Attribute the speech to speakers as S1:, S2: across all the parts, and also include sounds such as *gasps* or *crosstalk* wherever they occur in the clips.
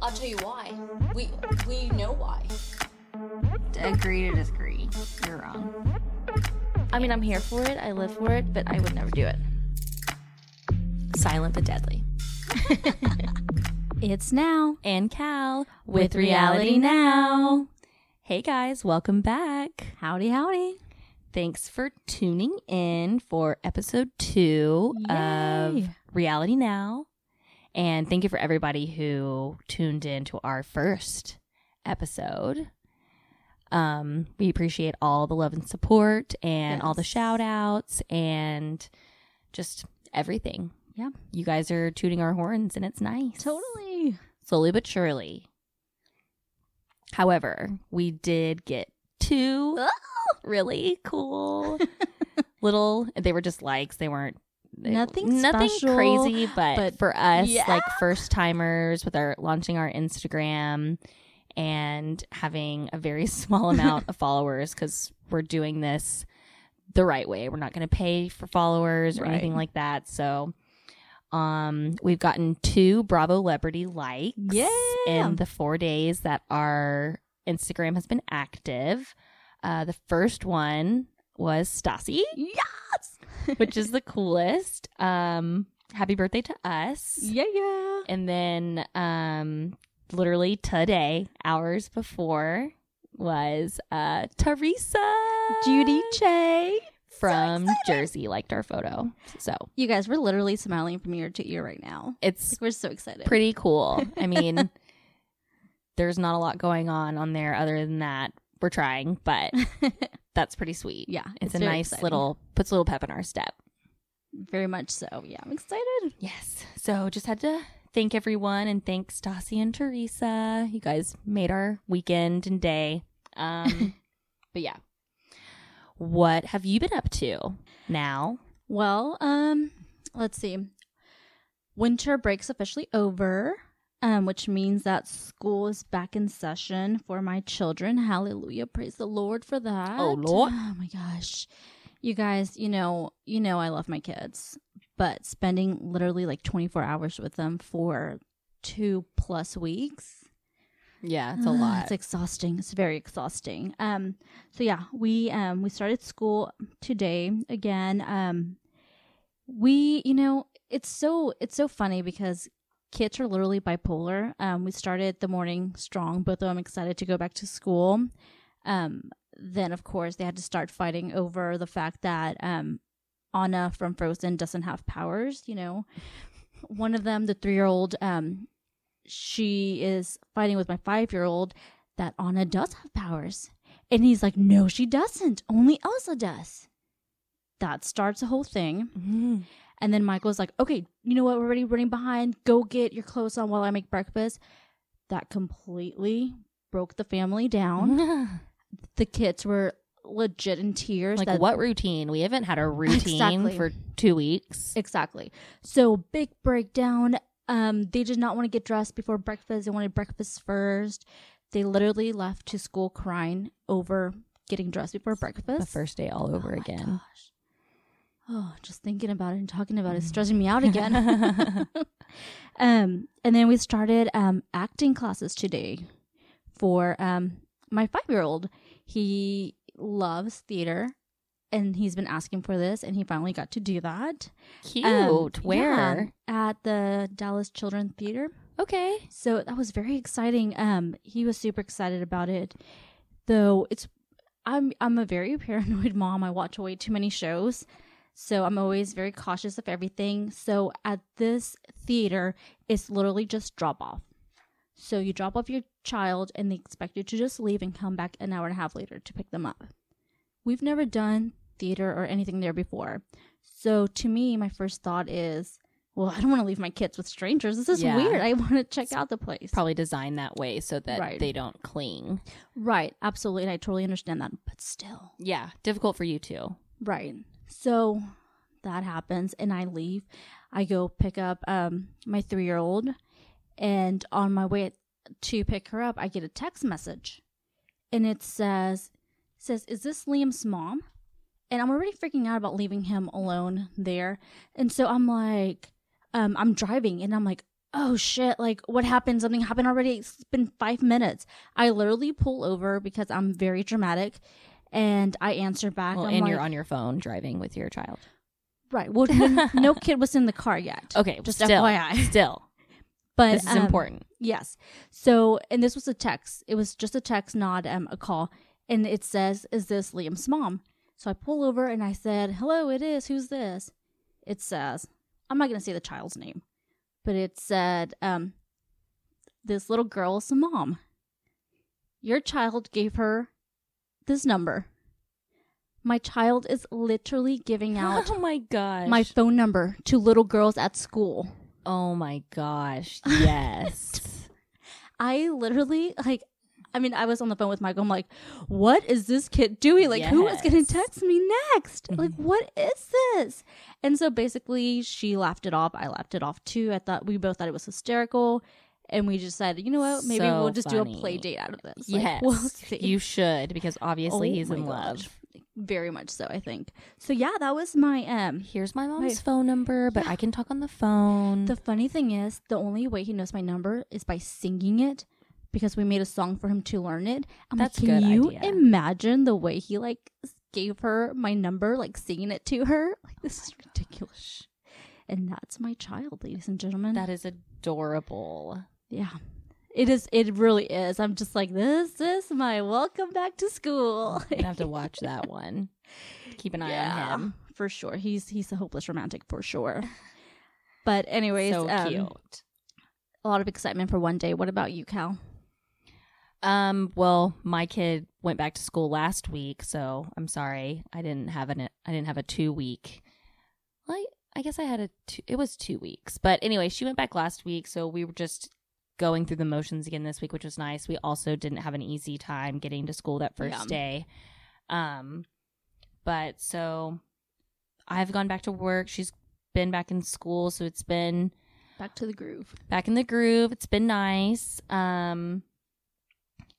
S1: I'll tell you why. We we know why.
S2: Agree to disagree. You're wrong.
S3: I mean, I'm here for it. I live for it, but I would never do it. Silent but deadly.
S2: *laughs* It's now
S3: And Cal
S2: with reality now.
S3: Hey guys, welcome back.
S2: Howdy, howdy. Thanks for tuning in for episode two of
S3: Yay.
S2: Reality Now. And thank you for everybody who tuned in to our first episode. Um, we appreciate all the love and support and all the
S3: Yes.
S2: shout outs and just everything.
S3: Yeah.
S2: You guys are tooting our horns and it's nice
S3: Totally.
S2: slowly but surely. However, we did get two
S3: *laughs*
S2: really cool little. They were just likes. They weren't they-
S3: Nothing
S2: nothing
S3: special,
S2: crazy, but,
S3: but
S2: for us,
S3: yeah.
S2: like first timers with our launching our Instagram and having a very *laughs* small amount of followers because we're doing this the right way. We're not going to pay for followers or
S3: Right.
S2: anything like that. So um, we've gotten two Bravo Celebrity likes
S3: Yeah.
S2: in the four days that our Instagram has been active. Uh, the first one was Stassi,
S3: Yes.
S2: which is the coolest. Um, happy birthday to us!
S3: Yeah, yeah.
S2: And then, um, literally today, hours before, was uh, Teresa
S3: Judy Che.
S2: from Jersey liked our photo, so
S3: You guys, we're literally smiling from ear to ear right now.
S2: it's *laughs*
S3: Like, we're so excited.
S2: pretty cool. I mean, there's not a lot going on on there other than that. We're trying, but that's pretty
S3: *laughs*
S2: sweet.
S3: yeah.
S2: It's, a
S3: very
S2: nice
S3: exciting.
S2: little puts a little pep in our step.
S3: Very much so. Yeah, I'm excited.
S2: Yes. So just had to thank everyone and thank Stassi and Teresa. You guys made our weekend and day. *laughs* Um, but yeah, what have you been up to now?
S3: Well, um, let's see. Winter break's officially over, um, which means that school is back in session for my children. Hallelujah. Praise the Lord for that.
S2: Oh, Lord.
S3: Oh my gosh. You guys, you know, you know I love my kids, but spending literally like 24 hours with them for two plus weeks
S2: Yeah,
S3: Ah, It's exhausting. It's very exhausting. Um, so yeah, we um we started school today again. Um, we you know it's so it's so funny because kids are literally bipolar. Um, we started the morning strong. Both of them excited to go back to school. Um, then of course they had to start fighting over the fact that um Anna from Frozen doesn't have powers. You know, one of them, the three year old, um, she is fighting with my five year old that Anna does have powers. And he's like, no, she doesn't. Only Elsa does. That starts the whole thing.
S2: Mm.
S3: And then Michael's like, okay, you know what? We're already running behind. Go get your clothes on while I make breakfast. That completely broke the family
S2: Mm-hmm.
S3: down. The kids were legit in tears.
S2: like
S3: that-
S2: what routine? We haven't *laughs* had a routine
S3: Exactly.
S2: for two weeks.
S3: Exactly. So big breakdown. Um, they did not want to get dressed before breakfast. They wanted breakfast first. They literally left to school crying over getting dressed before breakfast.
S2: the first day all over
S3: Oh my
S2: *laughs* again.
S3: gosh. Oh, just thinking about it and talking about it
S2: Mm-hmm.
S3: is stressing me out
S2: *laughs*
S3: again. um, and then we started um, acting classes today for um, my five year old. He loves theater and he's been asking for this and he finally got to do that.
S2: Cute.
S3: Um,
S2: Where?
S3: yeah, at the Dallas Children's Theater.
S2: Okay.
S3: So that was very exciting. Um, he was super excited about it. Though it's, I'm I'm a very *laughs* paranoid mom. I watch way too many shows, so I'm always very cautious of everything. So at this theater, it's literally just drop off. So you drop off your child, and they expect you to just leave and come back an hour and a half later to pick them up. We've never done theater or anything there before, so to me, my first thought is. Well, *laughs* I don't want to leave my kids with strangers. This is
S2: Yeah.
S3: weird. I want to check out the place.
S2: Probably designed that way so that
S3: Right.
S2: they don't cling.
S3: Right, absolutely. And I totally understand that, but still.
S2: Yeah. Difficult for you too.
S3: Right. So that happens and I leave. I go pick up um my 3-year-old and on my way to pick her up, I get a text message. And it says says, "Is this Liam's mom?" And I'm already freaking out about leaving him alone there. And so I'm like um I'm driving and I'm like, oh shit, like what happened? Something happened already. It's been five minutes. I literally pull over because I'm very dramatic and I answer back.
S2: Well,
S3: I'm
S2: and
S3: like,
S2: you're on your phone driving with your child.
S3: Right. Well, n- no kid was in the car yet.
S2: Okay,
S3: Just
S2: still,
S3: FYI. *laughs*
S2: still,
S3: But
S2: this is
S3: um,
S2: important.
S3: Yes. So, and this was a text. It was just a text, not um, a call. And it says, "Is this Liam's mom?" So I pull over and I said, "Hello, it is. Who's this?" It says, "I'm not going to say the child's name, but it said, um, this little girl's mom. Your child gave her this number. My child is literally giving out."
S2: *laughs* Oh my gosh.
S3: My phone number to little girls at school.
S2: oh my gosh.
S3: *laughs*
S2: Yes.
S3: I literally like I mean, I was on the phone with Michael. I'm like, what is this kid doing? Like, who is going
S2: Yes. Mm-hmm.
S3: to text me next? Like, what is this? And so basically, she laughed it off. I laughed it off too. I thought we both thought it was hysterical. And we decided, you know what? Maybe
S2: So
S3: we'll just do a play
S2: funny.
S3: date out of this. Like,
S2: yes.
S3: we'll see.
S2: You should because obviously
S3: Oh
S2: he's
S3: my
S2: in
S3: gosh.
S2: love.
S3: Very much so, I think. So, yeah, that was my. um.
S2: Here's my mom's phone number, but I can talk on the phone.
S3: The funny thing is, the only way he knows my number is by singing it because we made a song for him to learn it. I'm
S2: That's a
S3: like, can
S2: good
S3: you
S2: idea."
S3: imagine the way he like gave her my number, like singing it to her? *laughs* Like this
S2: Oh
S3: is ridiculous. And that's my child, ladies and gentlemen.
S2: that
S3: *laughs*
S2: is adorable.
S3: yeah. It is it really is. I'm just like, this is my welcome back to
S2: *laughs*
S3: school.
S2: I'd have to watch that one. Keep an
S3: *laughs*
S2: eye on him.
S3: For sure. He's he's a hopeless romantic for sure. But anyways,
S2: so
S3: um,
S2: cute.
S3: a lot of excitement for one day. What about you, Cal?
S2: Um, well, my kid went back to school last week, so I'm sorry I didn't have an I didn't have a two week. Well, I, I guess I had a two, it was two weeks, but anyway, she went back last week, so we were just going through the motions again this week, which was nice. We also didn't have an easy time getting to school that first
S3: Yeah.
S2: day. Um, but so I've gone back to work. She's been back in school, so it's been
S3: Back to the groove.
S2: back in the groove. It's been nice. Um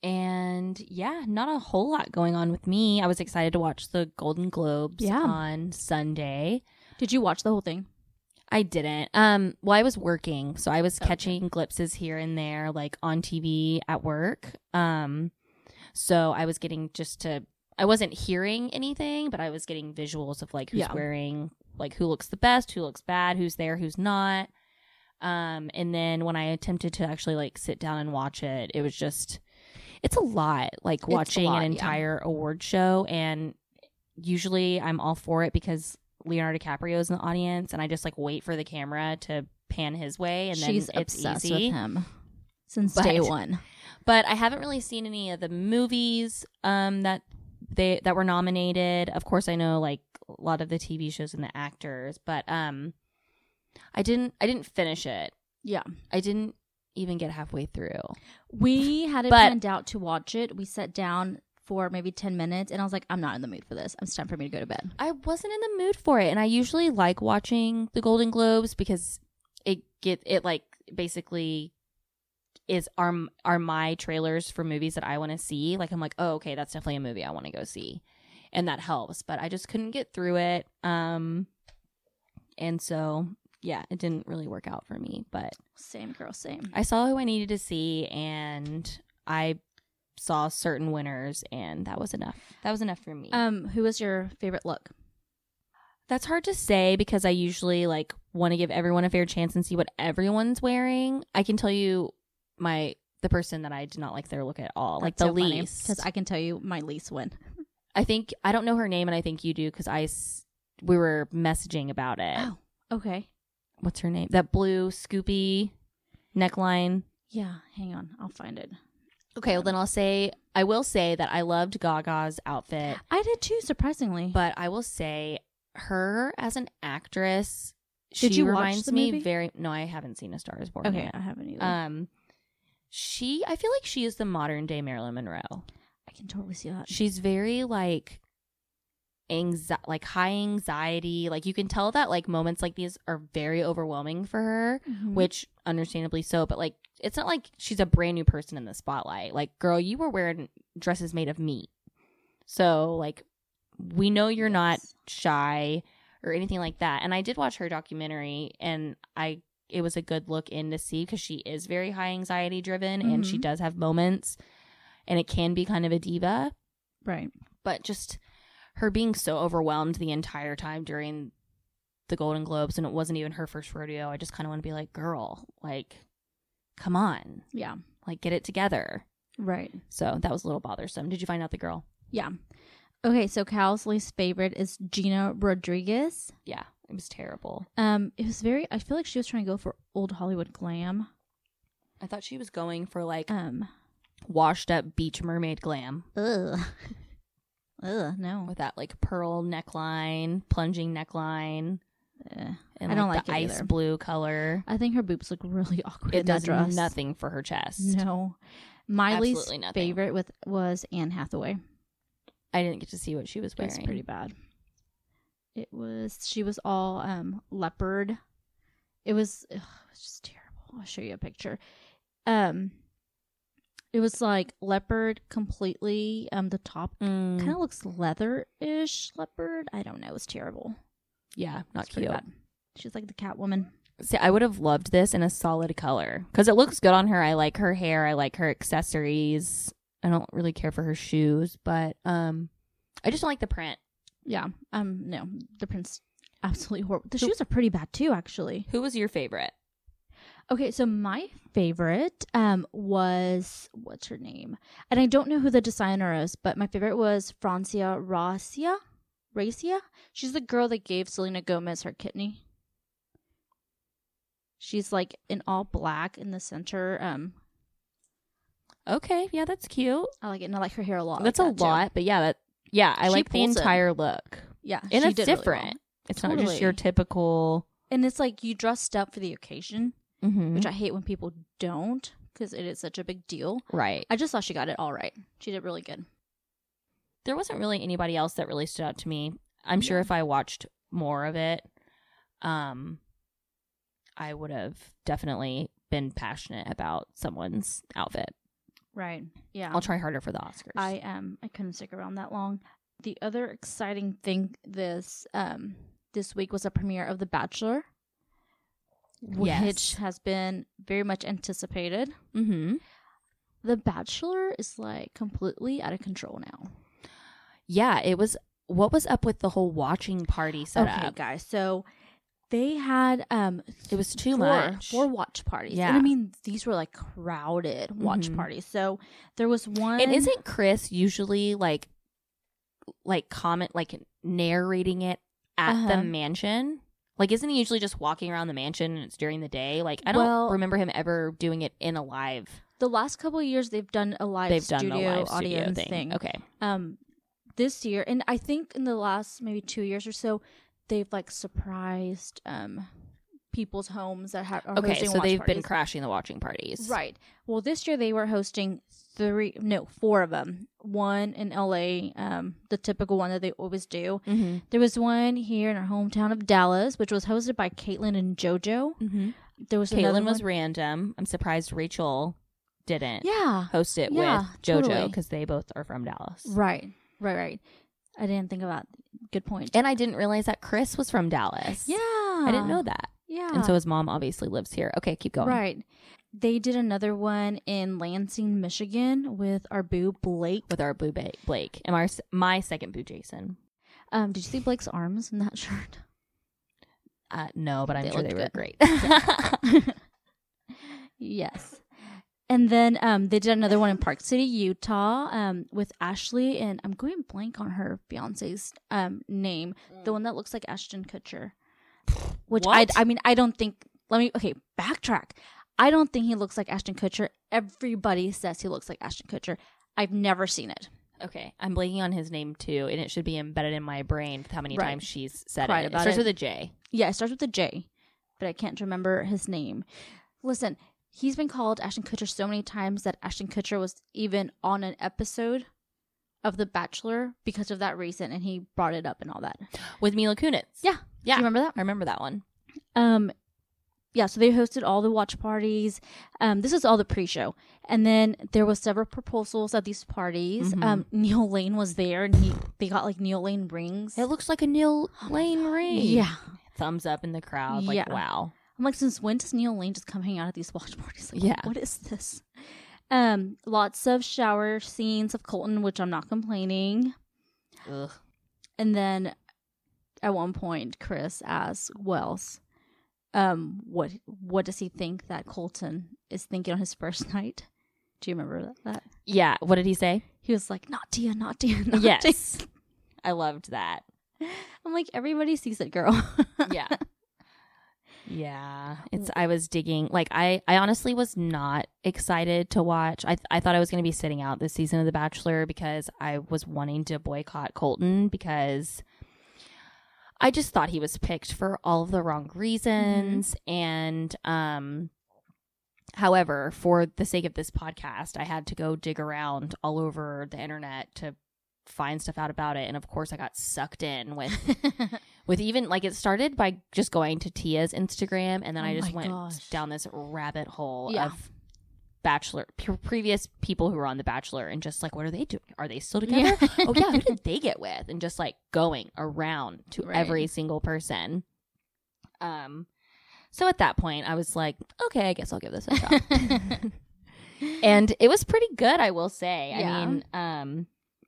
S2: and yeah, not a whole lot going on with me. I was excited to watch the Golden Globes
S3: Yeah.
S2: on Sunday.
S3: Did you watch the whole thing?
S2: I didn't. Um well, I was working, so I was
S3: Okay.
S2: catching glimpses here and there like on TV at work. Um so I was getting just to I wasn't hearing anything, but I was getting visuals of like who's
S3: Yeah.
S2: wearing like who looks the best, who looks bad, who's there, who's not. Um and then when I attempted to actually like sit down and watch it, it was just it's a lot like
S3: a
S2: watching
S3: lot,
S2: an
S3: yeah.
S2: entire award show and usually I'm all for it because Leonardo DiCaprio is in the audience and I just like wait for the camera to pan his way and
S3: She's
S2: then it's
S3: obsessed
S2: easy.
S3: with him since
S2: But-
S3: day one.
S2: But I haven't really seen any of the movies um that they that were nominated. Of course I know like a lot of the TV shows and the actors, but um I didn't I didn't finish it.
S3: Yeah.
S2: I didn't even get halfway through.
S3: We had it
S2: But-
S3: planned out to watch it. We sat down for maybe 10 minutes and I was like, I'm not in the mood for this. It's time for me to go to bed.
S2: I wasn't in the mood for it, and I usually like watching the Golden Globes because it get it like basically is are are my trailers for movies that I want to see. Like I'm like, oh okay, that's definitely a movie I want to go see, and that helps. But I just couldn't get through it, um, and so yeah, it didn't really work out for me. But
S3: Same girl, same.
S2: I saw who I needed to see, and I saw certain winners, and that was enough. That was enough for me.
S3: Um, who was your favorite look?
S2: That's hard to say because I usually like want to give everyone a fair chance and see what everyone's wearing. I can tell you my the person that I did not like their look at all, like the least.
S3: Because I can tell you my least win.
S2: I think I don't know her name and I think you do because I s- we were messaging about it.
S3: Oh, okay.
S2: What's her name? That blue scoopy neckline.
S3: Yeah, hang on. I'll find it.
S2: Okay, well then I'll say I will say that I loved Gaga's outfit,
S3: I did too, surprisingly.
S2: but I will say her as an actress.
S3: Did
S2: she
S3: you watch
S2: reminds
S3: the
S2: me
S3: movie?
S2: very no, I haven't seen a Star is Born.
S3: okay,
S2: yet.
S3: I haven't either.
S2: Um, she, I feel like she is the modern day Marilyn Monroe.
S3: I can totally see that.
S2: She's very like, anxi- like high anxiety. Like you can tell that like moments like these are very overwhelming for her,
S3: Mhm.
S2: which understandably so. But like, it's not like she's a brand new person in the spotlight. Like, girl, you were wearing dresses made of meat, so like, we know you're not
S3: Yes.
S2: shy or anything like that. And I did watch her documentary, and I it was a good look in to see because she is very high anxiety driven and she
S3: Mhm.
S2: does have moments and it can be kind of a diva
S3: Right.
S2: but just her being so overwhelmed the entire time during the Golden Globes, and it wasn't even her first rodeo. I just kind of want to be like, girl, like, come on,
S3: Yeah.
S2: like, get it together.
S3: Right.
S2: So that was a little bothersome. Did you find out the girl?
S3: Yeah. Okay, so Cal's least favorite is Gina Rodriguez.
S2: Yeah, it was terrible.
S3: Um, it was very. I feel like she was trying to go for old Hollywood glam.
S2: I thought she was going for like
S3: Um,
S2: washed up beach mermaid glam
S3: ugh, *laughs* ugh, no,
S2: with that like pearl neckline, plunging neckline,
S3: Ugh. Eh,
S2: and
S3: I don't
S2: like, the
S3: like it
S2: ice
S3: either.
S2: blue color.
S3: I think her boobs look really *laughs* awkward.
S2: It
S3: in that
S2: does
S3: dress.
S2: nothing for her chest.
S3: No, my least
S2: Absolutely nothing.
S3: favorite with was Anne Hathaway.
S2: I didn't get to see what she was
S3: It
S2: wearing.
S3: was pretty bad. It was. She was all um leopard. It was. Ugh, it was just terrible. I'll show you a picture. Um, it was like leopard completely. Um, the top
S2: Mm.
S3: kind of looks leather-ish leopard. I don't know. It's terrible.
S2: Yeah, not
S3: It's pretty
S2: cute.
S3: bad. She's like the Catwoman.
S2: See, I would have loved this in a solid color because it looks good on her. I like her hair. I like her accessories. I don't really care for her shoes, but um, I just don't like the print.
S3: Yeah. Um. No, the prince absolutely horrible. The
S2: So-
S3: shoes are pretty bad too, actually.
S2: Who was your favorite?
S3: Okay, so my favorite um was what's her name, and I don't know who the designer is, but my favorite was Francia Racia. Racia. She's the girl that gave Selena Gomez her kidney. She's like in all black in the center. Um,
S2: Okay, yeah, that's cute.
S3: I like it, and I like her hair a lot. I
S2: that's
S3: like
S2: a
S3: that, too.
S2: lot, but yeah, that yeah, I
S3: She
S2: like the
S3: pulls it.
S2: entire look,
S3: Yeah,
S2: and
S3: she
S2: it's
S3: did really well.
S2: different. It's not just your
S3: Totally.
S2: typical.
S3: and it's like you dressed up for the occasion,
S2: Mhm.
S3: which I hate when people don't because it is such a big deal.
S2: right.
S3: I just thought she got it all right. She did really good.
S2: there wasn't really anybody else that really stood out to me. I'm sure
S3: Yeah.
S2: if I watched more of it, um, I would have definitely been passionate about someone's outfit.
S3: Right. Yeah.
S2: I'll try harder for the Oscars.
S3: I um I couldn't stick around that long. The other exciting thing this um this week was a premiere of The Bachelor, which
S2: Yes.
S3: has been very much anticipated.
S2: mm-hmm.
S3: The Bachelor is like completely out of control now.
S2: Yeah, it was. What was up with the whole watching party
S3: okay,
S2: setup?
S3: guys. So they had um
S2: It was too
S3: four,
S2: much.
S3: four watch parties. And
S2: Yeah.
S3: I mean, these were like crowded watch
S2: Mhm.
S3: parties. So there was one.
S2: and isn't Chris usually like, like comment like narrating it at
S3: Uh-huh.
S2: the mansion? Like, isn't he usually just walking around the mansion and it's during the day? Like, I don't
S3: Well-
S2: remember him ever doing it in a live.
S3: the last couple of years they've done a live
S2: They've
S3: studio
S2: done the live
S3: audio
S2: studio
S3: thing.
S2: thing. Okay,
S3: Um, this year, and I think in the last maybe two years or so, they've like surprised um people's homes that have are
S2: okay.
S3: hosting
S2: So
S3: watch
S2: they've been
S3: parties.
S2: crashing the watching parties,
S3: Right. Well, this year they were hosting three, no, four of them. One in LA, um, the typical one that they always do.
S2: Mm-hmm.
S3: There was one here in our hometown of Dallas, which was hosted by Caitlin and JoJo.
S2: Mm-hmm.
S3: There was another
S2: Caitlin was
S3: one-
S2: random. I'm surprised Rachel didn't
S3: yeah,
S2: host it
S3: Yeah,
S2: with JoJo
S3: totally.
S2: because they both are from Dallas.
S3: right, right, right. I didn't think about. Good point.
S2: And I didn't realize that Chris was from Dallas.
S3: yeah,
S2: I didn't know that.
S3: Yeah,
S2: And so his mom obviously lives here. Okay, keep going.
S3: right. They did another one in Lansing, Michigan, with our boo Blake.
S2: With our boo ba- Blake and our s- my second boo Jason.
S3: Um, did you see Blake's arms in that *laughs* shirt?
S2: Uh, no, but I'm
S3: They
S2: sure they
S3: looked
S2: were
S3: good.
S2: great. *laughs*
S3: yes. And then um, they did another one in Park City, Utah, um, with Ashley, and I'm going blank on her fiance's um, name, the one that looks like Ashton Kutcher. Which I,
S2: Mm. What?
S3: I mean, I don't think. Let me okay backtrack. I don't think he looks like Ashton Kutcher. Everybody says he looks like Ashton Kutcher. I've never seen it.
S2: Okay, I'm blanking on his name too, and it should be embedded in my brain with how many
S3: Right.
S2: times she's said
S3: Cried
S2: it.
S3: about
S2: it starts
S3: it.
S2: with a J.
S3: Yeah, it starts with a J, but I can't remember his name. Listen, he's been called Ashton Kutcher so many times that Ashton Kutcher was even on an episode of The Bachelor because of that reason, and he brought it up and all that.
S2: with Mila Kunis.
S3: Yeah.
S2: yeah.
S3: Do you remember that?
S2: I remember that one.
S3: Um, yeah, so they hosted all the watch parties. Um, this is all the pre-show, and then there was several proposals at these parties.
S2: Mhm.
S3: Um, *laughs* Neil Lane was there, and he they got like Neil Lane rings.
S2: It looks like a Neil Lane ring.
S3: yeah,
S2: Thumbs up in the crowd. Like,
S3: Yeah.
S2: wow.
S3: I'm like, since when does Neil Lane just come hang out at these watch parties? Like,
S2: Yeah.
S3: What is this? Um, lots of shower scenes of Colton, which I'm not complaining.
S2: Ugh.
S3: And then at one point, Chris asks Wells, um, what what does he think that Colton is thinking on his first night? Do you remember that? that?
S2: Yeah. What did he say?
S3: He was like, not Dia, not Dia, not Dia.
S2: *laughs* yes. I loved that.
S3: *laughs* I'm like, everybody sees it, girl.
S2: *laughs* yeah yeah it's i was digging like i i honestly was not excited to watch i, th- I thought i was going to be sitting out this season of the bachelor because i was wanting to boycott colton because i just thought he was picked for all of the wrong reasons and um however for the sake of this podcast i had to go dig around all over the internet to find stuff out about it and of course i got sucked in with with even like it started by just going to Tia's Instagram, and then
S3: Oh
S2: I just
S3: my
S2: went
S3: gosh.
S2: down this rabbit hole
S3: Yeah.
S2: of Bachelor p- previous people who were on The Bachelor, and just like what are they doing? Are they
S3: *laughs*
S2: still together? oh yeah, who did they get with? And just like going around to
S3: Right.
S2: every single person. Um, so at that point, I was like, okay, I guess I'll give this
S3: *laughs*
S2: a shot, and it was pretty good, I will say.
S3: Yeah.
S2: I mean, um.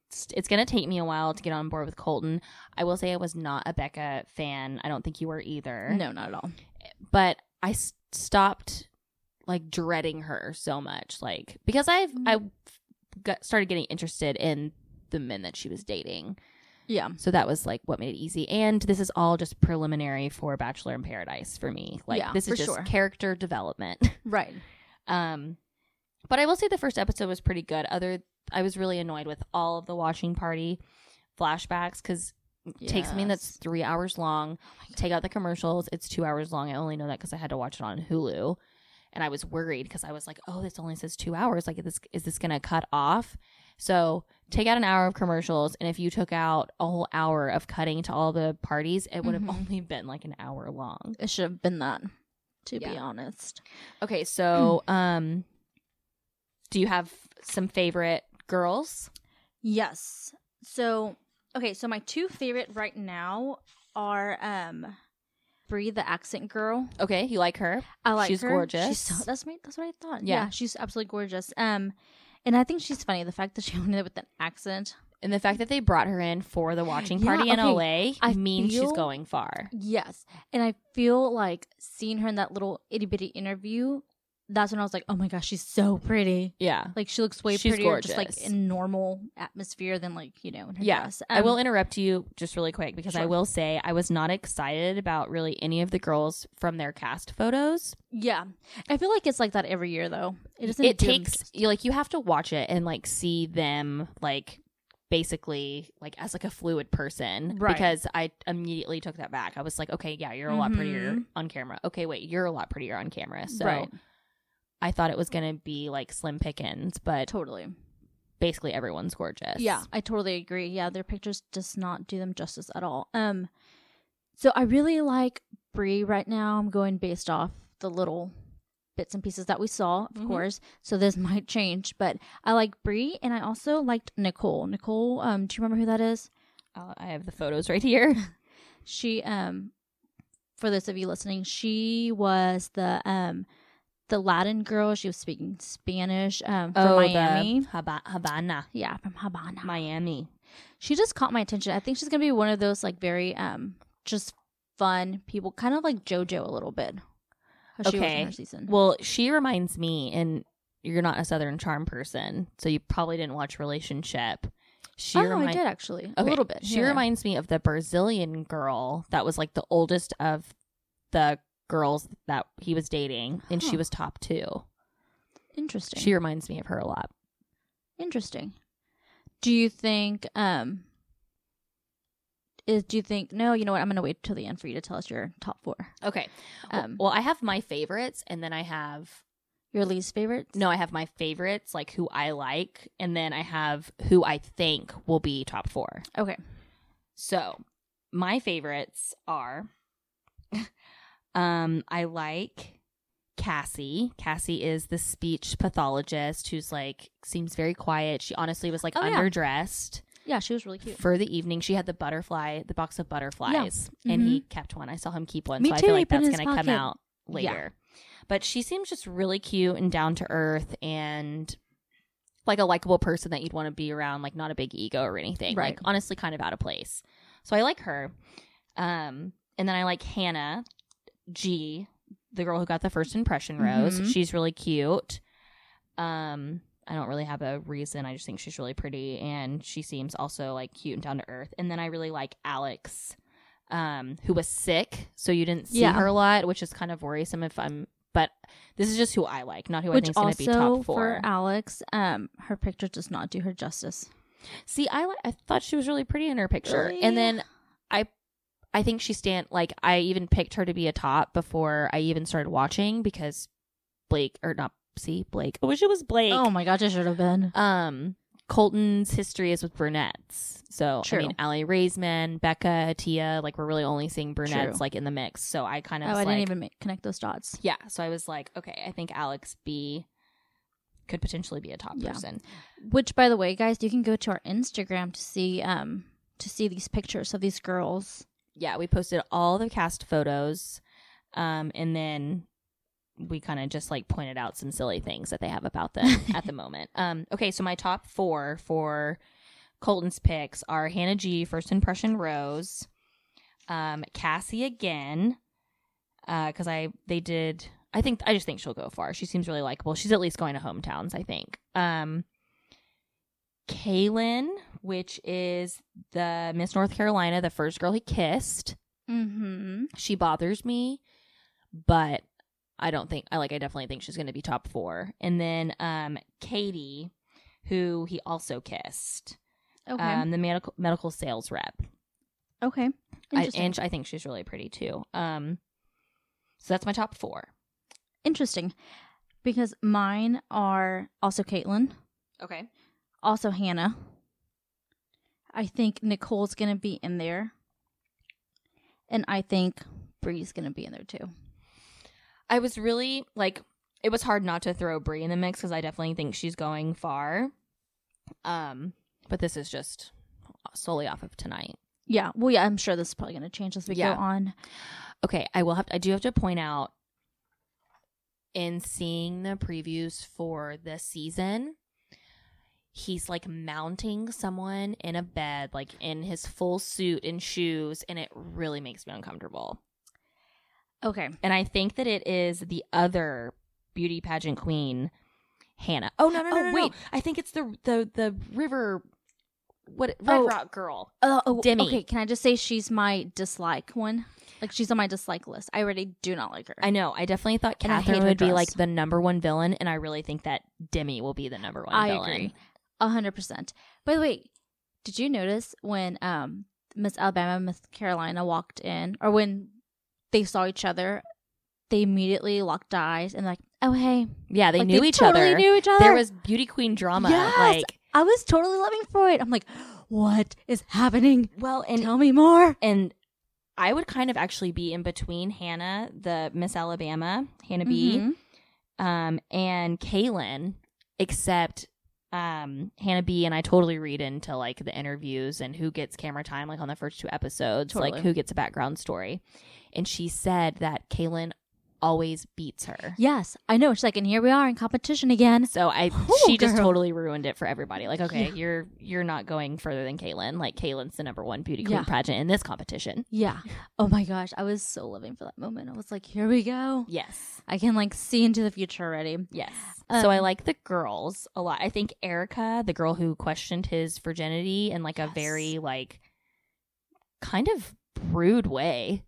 S2: It's, it's gonna take me a while to get on board with Colton. I will say I was not a Becca fan. I don't think you were either
S3: no, not at all.
S2: but I s- stopped like dreading her so much, like because I've
S3: Mm-hmm.
S2: I got started getting interested in the men that she was dating.
S3: Yeah.
S2: So that was like what made it easy. And this is all just preliminary for Bachelor in Paradise for me. Like
S3: Yeah,
S2: this
S3: for
S2: is just
S3: sure.
S2: character development.
S3: Right.
S2: Um, but I will say the first episode was pretty good. Other, I was really annoyed with all of the watching party flashbacks because take something that's
S3: Yes.
S2: three hours long, take out the commercials. It's two hours long. I only know that because I had to watch it on Hulu, and I was worried because I was like, "Oh, this only says two hours. Like, is this is this gonna cut off?" So take out an hour of commercials, and if you took out a whole hour of cutting to all the parties, it would have
S3: Mhm.
S2: only been like an hour long.
S3: It should have been that, to be
S2: Yeah.
S3: honest.
S2: Okay, so um, do you have some favorite girls?
S3: Yes. So, okay, so my two favorite right now are um Bree the accent girl.
S2: Okay, you like her?
S3: I like
S2: She's
S3: her.
S2: gorgeous.
S3: She's so, *laughs* that's my that's what I thought. Yeah.
S2: Yeah.
S3: she's absolutely gorgeous. Um and I think she's funny the fact that she *laughs* went in with an accent.
S2: And the fact that they brought her in for the watching
S3: *gasps* Yeah,
S2: party in LA
S3: I
S2: means she's
S3: feel-
S2: going far.
S3: Yes. And I feel like seeing her in that little itty bitty interview, that's when I was like, "Oh my gosh, she's so pretty."
S2: Yeah.
S3: Like she looks way
S2: She's
S3: prettier just like
S2: gorgeous.
S3: in normal atmosphere than like, you know, in her
S2: Yeah.
S3: dress.
S2: I will
S3: Um,
S2: interrupt you just really quick because I
S3: Sure.
S2: will say I was not excited about really any of the girls from their cast photos.
S3: Yeah, I feel like it's like that every year though. It doesn't.
S2: it
S3: do 'em
S2: takes you like you have to watch it and like see them like basically like as like a fluid person
S3: Right.
S2: because I immediately took that back. I was like, okay, yeah, you're a lot prettier
S3: Mhm.
S2: on camera. Okay, wait, you're a lot prettier on camera. So
S3: Right.
S2: I thought it was going to be like slim pickings, but
S3: totally.
S2: basically everyone's gorgeous.
S3: Yeah, I totally agree. Yeah, their pictures does not do them justice at all. Um, so I really like Brie right now. I'm going based off the little bits and pieces that we saw, of
S2: Mhm.
S3: course. So this *laughs* might change, but I like Brie, and I also liked Nicole. Nicole, um, do you remember who that is?
S2: I'll- I have the photos right
S3: *laughs*
S2: here.
S3: She, um, for those of you listening, she was the um. The Latin girl, she was speaking Spanish um, from
S2: Oh, the
S3: Miami.
S2: Haba- Habana,
S3: Yeah, from Habana.
S2: Miami.
S3: she just caught my attention. I think she's gonna be one of those like very um just fun people, kind of like JoJo a little bit. How she was
S2: Okay.
S3: in her season.
S2: Well, she reminds me, and you're not a Southern Charm person, so you probably didn't watch Relationship. She
S3: oh,
S2: remi-
S3: I did actually a
S2: Okay,
S3: little bit.
S2: She
S3: here and there.
S2: reminds me of the Brazilian girl that was like the oldest of the girls that he was dating, and she
S3: Huh.
S2: was top two.
S3: interesting.
S2: She reminds me of her a lot.
S3: interesting. Do you think um is do you think no? You know what? I'm gonna wait till the end for you to tell us your top four,
S2: Okay.
S3: Um,
S2: well, I have my favorites, and then I have
S3: your least favorites.
S2: No, I have my favorites, like who I like, and then I have who I think will be top four.
S3: Okay.
S2: So my favorites are *laughs* um I like Cassie. Cassie is the speech pathologist who's like seems very quiet. She honestly was like
S3: Oh, yeah.
S2: underdressed
S3: Yeah, she was really cute.
S2: for the evening. She had the butterfly, the box of butterflies, and he kept one. I saw him keep one,
S3: Mm-hmm. Me
S2: so I
S3: too,
S2: feel
S3: he
S2: like
S3: put it
S2: that's
S3: in his
S2: gonna come
S3: pocket.
S2: out. later. But she seems just really cute and down to earth and like a likable person that you'd want to be around, like not a big ego or anything.
S3: Right.
S2: Like honestly kind of out of place. So I like her. Um and then I like Hannah G, the girl who got the first impression rose.
S3: Mhm.
S2: She's really cute. Um I don't really have a reason. I just think she's really pretty and she seems also like cute and down to earth. And then I really like Alex um, who was sick, so you didn't see
S3: Yeah.
S2: her a lot, which is kind of worrisome. If I'm, but this is just who I like, not who I
S3: Which
S2: think's going to be
S3: also
S2: top
S3: for
S2: four.
S3: Alex, um, her picture does not do her justice.
S2: see, I li- I thought she was really pretty in her picture,
S3: Really?
S2: and then I, I think she stand like I even picked her to be a top before I even started watching because Blake or not see Blake. I wish it was Blake.
S3: Oh my gosh, I should have been.
S2: Um, Colton's history is with brunettes. So
S3: True.
S2: I mean, Allie Raisman, Becca, Tia, like we're really only seeing brunettes
S3: True.
S2: like in the mix. So I kind
S3: Oh,
S2: of
S3: I
S2: was
S3: didn't
S2: like,
S3: even make, connect those dots.
S2: Yeah. So I was like, okay, I think Alex B could potentially be a top
S3: Yeah.
S2: person.
S3: Which, by the way, guys, you can go to our Instagram to see um to see these pictures of these girls.
S2: Yeah. We posted all the cast photos. Um, and then we kind of just like pointed out some silly things that they have about them at the moment. Um, okay. So my top four for Colton's picks are Hannah G, First Impression Rose, um, Cassie again, because I they did. I think I just think she'll go far. She seems really likable. She's at least going to hometowns. I think. Um, Kaylin, which is the Miss North Carolina, the first girl he kissed.
S3: Mm-hmm.
S2: She bothers me, but I don't think I like. I definitely think she's going to be top four. And then um, Katie, who he also kissed
S3: Okay.
S2: um, the medical medical sales rep.
S3: okay.
S2: I,
S3: Interesting.
S2: and I think she's really pretty too. Um, so that's my top four.
S3: Interesting. Because mine are also Caitlin,
S2: Okay.
S3: also Hannah. I think Nicole's gonna be in there, and I think Bree's gonna be in there too.
S2: I was really like, it was hard not to throw Brie in the mix because I definitely think she's going far. Um, but this is just solely off of tonight.
S3: Yeah. Well, yeah. I'm sure this is probably gonna change as we
S2: Yeah.
S3: go on.
S2: Okay, I will have. I do have to point out in seeing the previews for the season. He's like mounting someone in a bed, like in his full suit and shoes, and it really makes me uncomfortable.
S3: Okay.
S2: And I think that it is the other beauty pageant queen, Hannah. Oh no no no,
S3: Oh,
S2: no
S3: wait.
S2: wait! I think it's the the the river, what Red
S3: Oh.
S2: Rock girl.
S3: Oh, oh,
S2: Demi.
S3: Okay, can I just say she's my dislike one? Like she's on my dislike list. I already do not like her.
S2: I know. I definitely thought
S3: And I hate
S2: Catherine
S3: her
S2: would be
S3: dress.
S2: like the number one villain, and I really think that Demi will be the number one
S3: I
S2: villain.
S3: agree. A hundred percent. By the way, did you notice when um Miss Alabama, Miss Carolina walked in, or when they saw each other, they immediately locked eyes and like, oh hey,
S2: Yeah, they
S3: Like,
S2: knew each
S3: totally
S2: other.
S3: Knew each other.
S2: There was beauty queen drama.
S3: Yes!
S2: Like,
S3: I was totally loving for it. I'm like, what is happening?
S2: well, and
S3: Tell me more.
S2: and I would kind of actually be in between Hannah, the Miss Alabama, Hannah B,
S3: Mhm.
S2: um, and Kaylin, except um, Hannah B and I totally read into like the interviews and who gets camera time, like on the first two episodes, like
S3: Totally.
S2: who gets a background story. And she said that Kaylin always beats her.
S3: Yes, I know. She's like, and here we are in competition again.
S2: So I,
S3: Oh,
S2: she just
S3: girl.
S2: totally ruined it for everybody. Like, okay,
S3: Yeah.
S2: you're you're not going further than Kaylin. Like, Kaylin's the number one beauty queen
S3: Yeah.
S2: pageant in this competition.
S3: Yeah. Oh my gosh, I was so living for that moment. I was like, here we go.
S2: Yes,
S3: I can like see into the future already.
S2: yes. so I
S3: Um,
S2: like the girls a lot. I think Erica, the girl who questioned his virginity in like a
S3: Yes.
S2: very like kind of rude way.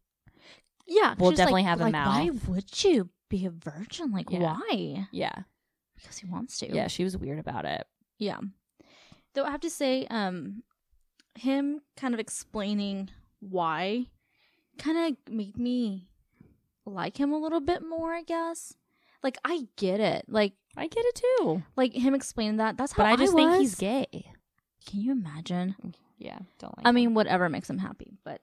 S3: Yeah,
S2: We'll
S3: she's like-
S2: definitely have a
S3: like,
S2: mouth.
S3: Why would you be a virgin? Like,
S2: Yeah.
S3: why?
S2: Yeah,
S3: Because he wants to.
S2: yeah. She was weird about it.
S3: yeah. Though I have to say, um, him kind of explaining why kind of made me like him a little bit more. I guess. Like I get it. Like
S2: I get it too,
S3: like him explaining that. That's how
S2: but Oh, I just think he's Oh
S3: was.
S2: gay.
S3: Can you imagine?
S2: Yeah, don't like.
S3: I mean, whatever makes him happy, but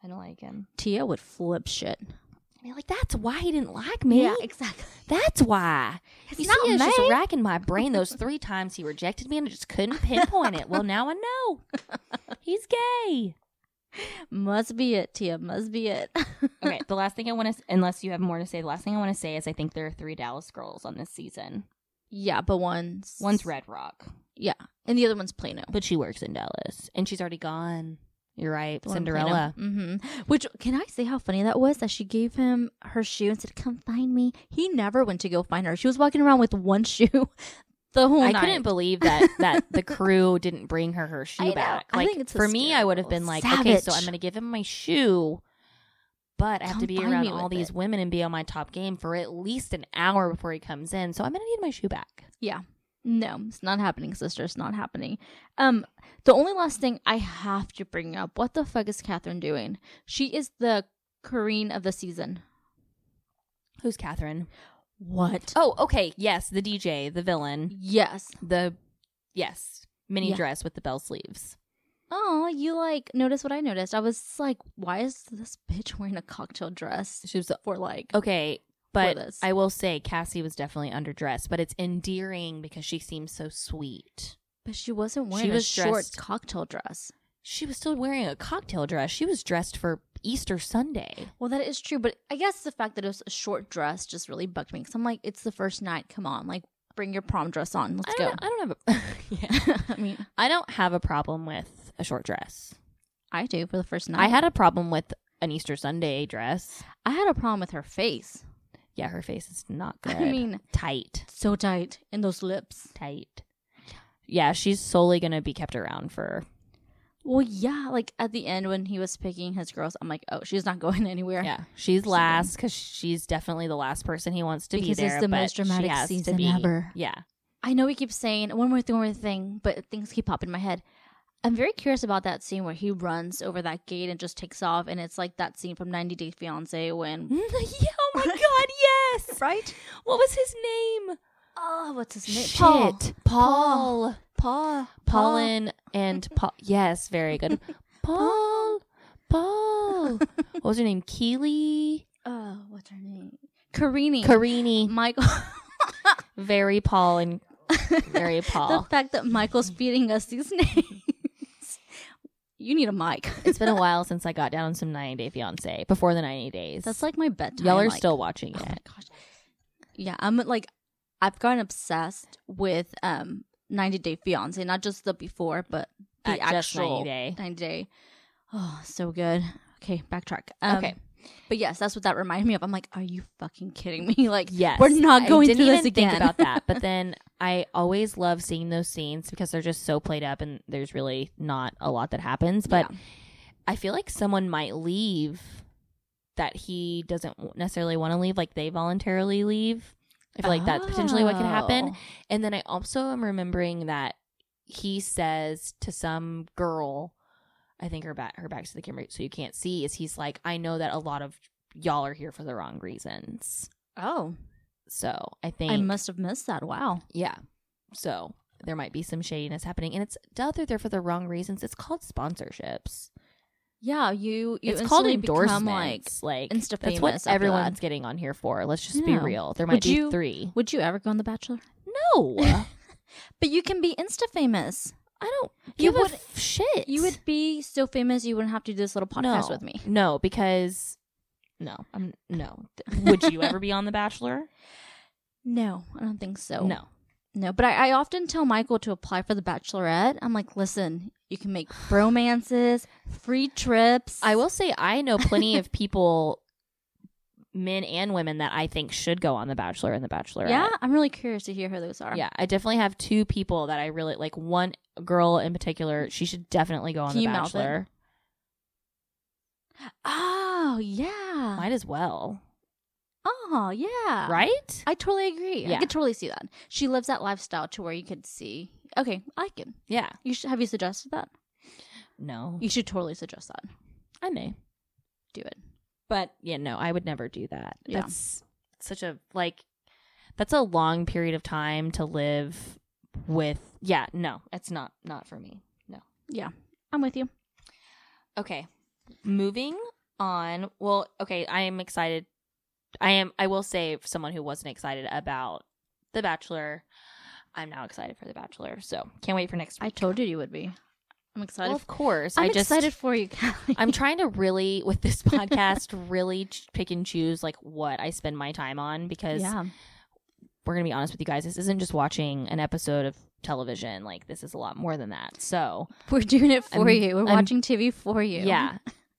S2: I don't like him.
S3: Tia would flip shit.
S2: I mean, like that's why he didn't like me.
S3: Yeah, *laughs* exactly.
S2: That's why.
S3: It's
S2: you
S3: not
S2: see, it's just
S3: May.
S2: racking my brain. *laughs* Those three times *laughs* he rejected me, and I just couldn't pinpoint it. Well, now I know. He's gay.
S3: Must be it, Tia. Must be it.
S2: Okay, the last thing I want to, unless you have more to say, the last thing I want to say is I think there are three Dallas girls on this season.
S3: yeah, but one's
S2: One's Red Rock,
S3: Yeah, and the other one's Plano.
S2: but she works in Dallas, and she's already gone. You're right,
S3: The one in
S2: Cinderella.
S3: Plano. Mhm. Which can I say how funny that was that she gave him her shoe and said, "Come find me." He never went to go find her. She was walking around with one *laughs* shoe the whole
S2: I
S3: night.
S2: couldn't believe *laughs* that that the crew didn't bring her her
S3: I
S2: shoe
S3: know.
S2: back.
S3: I
S2: Like
S3: think it's
S2: for me, I would have been like,
S3: hysterical.
S2: okay, so
S3: Savage.
S2: I'm going to give him my shoe, but I have
S3: Come
S2: to be
S3: find
S2: around
S3: me
S2: all
S3: with
S2: these
S3: it.
S2: women and be on my top game for at least an hour before he comes in. So I'm going to need my shoe back.
S3: No, it's not happening, sister. It's not happening. Um, the only last thing I have to bring up: what the fuck is Catherine doing? She is the Corrine of the season.
S2: Who's Catherine?
S3: What?
S2: Oh, okay, yes, the DJ, the villain,
S3: Yes.
S2: the yes mini
S3: Yeah.
S2: dress with the bell sleeves.
S3: Oh, you like notice what I noticed? I was like, why is this bitch wearing a cocktail dress
S2: She was
S3: for like?
S2: okay, but
S3: this.
S2: I will say Cassie was definitely underdressed, but it's endearing because she seems so sweet.
S3: But she wasn't wearing
S2: was
S3: a short
S2: dressed-
S3: cocktail dress.
S2: She was still wearing a cocktail dress. She was dressed for Easter Sunday.
S3: Well, that is true, but I guess the fact that it was a short dress just really bugged me because I'm like, it's the first night. Come on, like bring your prom dress on. Let's
S2: I
S3: go.
S2: don't, I don't have a *laughs* yeah.
S3: *laughs* I mean,
S2: I don't have a problem with a short dress.
S3: I do for the first night.
S2: I had a problem with an Easter Sunday dress.
S3: I had a problem with her face.
S2: Yeah, her face is not good.
S3: I mean,
S2: tight,
S3: so tight and those lips.
S2: tight. Yeah, she's solely going to be kept around for
S3: Well, yeah, like at the end when he was picking his girls, I'm like, oh, she's not *laughs* going anywhere.
S2: Yeah, she's
S3: Something.
S2: last cuz she's definitely the last person he wants to be
S3: Because it's
S2: there.
S3: the
S2: but
S3: most
S2: she
S3: dramatic
S2: has to
S3: season
S2: be-
S3: ever. *laughs*
S2: Yeah. *laughs*
S3: I know we keep saying one more thing, one more thing, but things keep popping in my head. I'm very curious about that scene where he runs over that gate and just takes off, and it's like that scene from 90 Day Fiance when,
S2: yeah, oh my god, yes.
S3: right?
S2: What was his name?
S3: Oh, what's his name?
S2: Shit.
S3: Paul.
S2: Paul.
S3: Paul.
S2: Pollen and
S3: *laughs*
S2: Paul. Yes, very good. Paul.
S3: *laughs*
S2: Paul. what was her name? Keely.
S3: Oh, what's her name? Karini.
S2: Carini.
S3: Michael. *laughs*
S2: Very Paul and very
S3: the *laughs*
S2: Paul.
S3: fact that Michael's feeding us these *laughs* names. you need a mic.
S2: it's been a while since I got down on some 90 Day Fiance before the 90 days.
S3: That's like my bedtime.
S2: y'all are
S3: like-
S2: still watching
S3: Oh my
S2: it.
S3: gosh. Yeah, I'm like I've gotten obsessed with um 90 Day Fiance, not just the before, but the
S2: Uh,
S3: actual
S2: just 90 Day.
S3: 90 Day. Oh, so good. Okay, backtrack. Um,
S2: Okay.
S3: But yes, that's what that reminded me of. I'm like, are you fucking kidding me? *laughs* Like,
S2: Yes,
S3: we're not
S2: I
S3: going
S2: didn't
S3: through this
S2: even
S3: again.
S2: Think about that,
S3: *laughs*
S2: but then I always love seeing those scenes because they're just so played up, and there's really not a lot that happens. But
S3: Yeah.
S2: I feel like someone might leave that he doesn't necessarily want to leave, like they voluntarily leave. I feel like that's potentially what could happen.
S3: Oh.
S2: And then I also am remembering that he says to some girl, I think her back her back's to the camera, so you can't see. Is he's like, I know that a lot of y'all are here for the wrong reasons.
S3: Oh,
S2: So I think
S3: I must have missed that. Wow.
S2: yeah. So there might be some shadiness happening, and it's doubt they're there for the wrong reasons. It's called sponsorships.
S3: Yeah, you. you
S2: it's called
S3: instantly become, like,
S2: endorsements. Like,
S3: insta
S2: that's what
S3: famous after
S2: everyone's
S3: that.
S2: getting on here for. Let's just be
S3: Yeah.
S2: real. There
S3: Would
S2: might be
S3: you-
S2: three.
S3: would you ever go on The Bachelor?
S2: *laughs* No, I
S3: But you can be insta famous.
S2: don't
S3: You
S2: give a
S3: would-
S2: f- shit.
S3: You would be so famous you wouldn't have to do this little podcast
S2: no.
S3: with me.
S2: No, because no, I'm no.
S3: *laughs*
S2: would you ever be on The Bachelor?
S3: No, I don't think so.
S2: No.
S3: No, but I, I often tell Michael to apply for the Bachelorette. I'm like, listen, you can *sighs* make romances, free trips.
S2: I will say I know
S3: *laughs*
S2: plenty of people, men and women, that I think should go on The Bachelor and The Bachelorette.
S3: Yeah, I'm really curious to hear who those are.
S2: Yeah, I definitely have two people that I really like. One girl in particular, she should definitely go on
S3: Can
S2: The
S3: you mouth it?
S2: Bachelor.
S3: Oh yeah.
S2: Might as well,
S3: Oh
S2: Uh-huh.
S3: yeah.
S2: right?
S3: I totally agree. I
S2: Yeah.
S3: could totally see that. She lives that lifestyle to where you could see. Okay, I can.
S2: yeah.
S3: You should have you suggested that?
S2: No,
S3: You should totally suggest that.
S2: I may,
S3: Do it.
S2: but yeah, no, I would never do that.
S3: Yeah.
S2: That's such a like, that's a long period of time to live with. Yeah, no, it's not not for me. No.
S3: Yeah, I'm with you.
S2: Okay. Moving on. Well, okay, I am excited. I am I will say for someone who wasn't excited about The Bachelor, I'm now excited for The Bachelor. So, can't wait for next
S3: I
S2: week.
S3: told you you would be. I'm excited.
S2: Well, of course.
S3: I'm
S2: I just,
S3: excited for you, Callie. *laughs*
S2: I'm trying to really, with this podcast, really ch- pick and choose like what I spend my time on because
S3: yeah.
S2: we're going to be honest with you guys. This isn't just watching an episode of television. Like, this is a lot more than that. So,
S3: We're doing it for
S2: I'm-
S3: you. We're
S2: I'm-
S3: watching TV for you.
S2: yeah,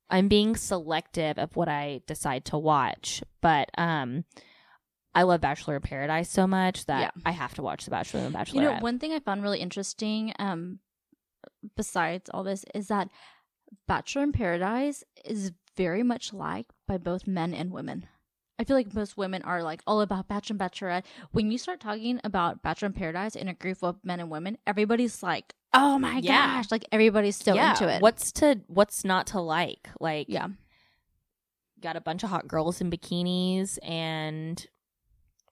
S2: I'm being selective of what I decide to watch. But, um, I love Bachelor in Paradise so much that
S3: Yeah.
S2: I have to watch The Bachelor and Bachelorette.
S3: You know, one thing I found really interesting, um, besides all this, is that Bachelor in Paradise is very much liked by both men and women. I feel like most women are like all about Bachelor and Bachelorette. When you start talking about Bachelor in Paradise in a group of men and women, everybody's like, "Oh my
S2: Yeah.
S3: gosh!" Like everybody's so
S2: yeah,
S3: into it.
S2: What's to what's not to like? Like
S3: Yeah.
S2: got a bunch of hot girls in bikinis and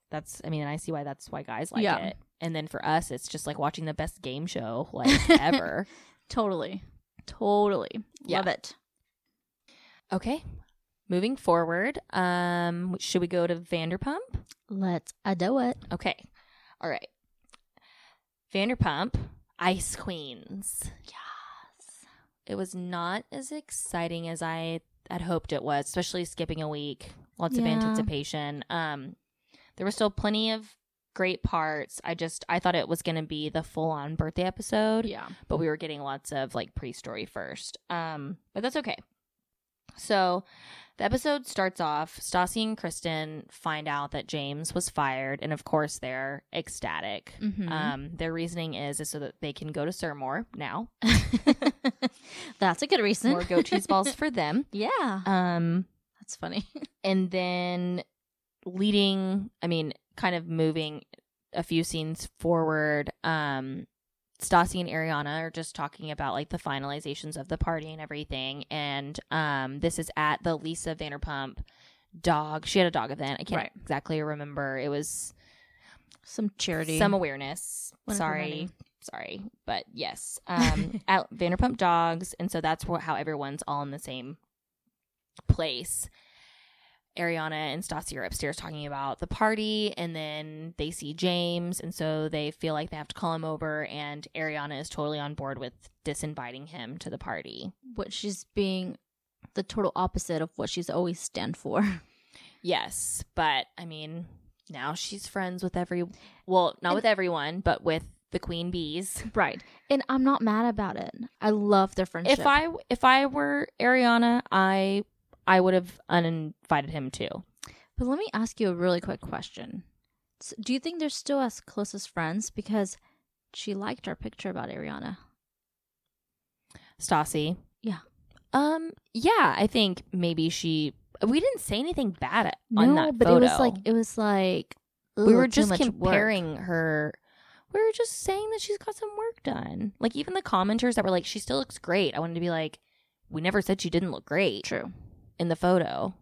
S2: that's I mean, I see why that's why guys like
S3: Yeah.
S2: it. And then for us it's just like watching the best game show
S3: *laughs*
S2: like ever.
S3: Totally, totally
S2: Yeah.
S3: love it.
S2: okay. Moving forward, um should we go to Vanderpump?
S3: Let's do it.
S2: Okay. All right. Vanderpump, Ice Queens.
S3: Yes.
S2: It was not as exciting as I had hoped it was, especially skipping a week. Lots of
S3: Yeah.
S2: anticipation. Um there were still plenty of great parts. I just I thought it was going to be the full-on birthday episode,
S3: Yeah.
S2: but we were getting lots of like pre-story first. Um but that's okay. So the episode starts off Stassi and Kristen find out that James was fired and of course they're ecstatic.
S3: Mm-hmm.
S2: Um their reasoning is is so that they can go to Sirmore now.
S3: *laughs* That's a good reason.
S2: More
S3: *laughs*
S2: goat cheese balls for them.
S3: Yeah.
S2: Um,
S3: That's funny.
S2: and then leading, I mean, kind of moving a few scenes forward. Um, Stassi and Ariana are just talking about like the finalizations of the party and everything. And um, this is at the Lisa Vanderpump dog. She had a dog event. I can't
S3: Right.
S2: exactly remember. It was
S3: Some charity.
S2: some awareness.
S3: What is her
S2: sorry.
S3: name?
S2: Sorry. But yes. Um at Vanderpump Dogs. And so that's where, how everyone's all in the same place. Ariana and Stassi are upstairs talking about the party, and then they see James, and so they feel like they have to call him over. And Ariana is totally on board with disinviting him to the party.
S3: what she's being the total opposite of what she's always stand
S2: *laughs*
S3: for.
S2: Yes, but I mean, now she's friends with every, well, not
S3: And-
S2: with everyone, but with the queen bees.
S3: Right. And I'm not mad about it. I love their friendship.
S2: if I if I were Ariana, I I would have uninvited him too.
S3: But let me ask you a really quick question. S do you think they're still as close as friends because she liked our picture about Ariana?
S2: Stassi.
S3: Yeah.
S2: Um. Yeah. I think maybe she. We didn't say anything bad at- on that
S3: but it was
S2: photo.
S3: like it was like
S2: we
S3: "Ugh,
S2: were
S3: too
S2: just
S3: much work."
S2: comparing her. We were just saying that she's got some work done. Like even the commenters that were like, "She still looks great." I wanted to be like, "We never said she didn't look great
S3: True.
S2: in the photo."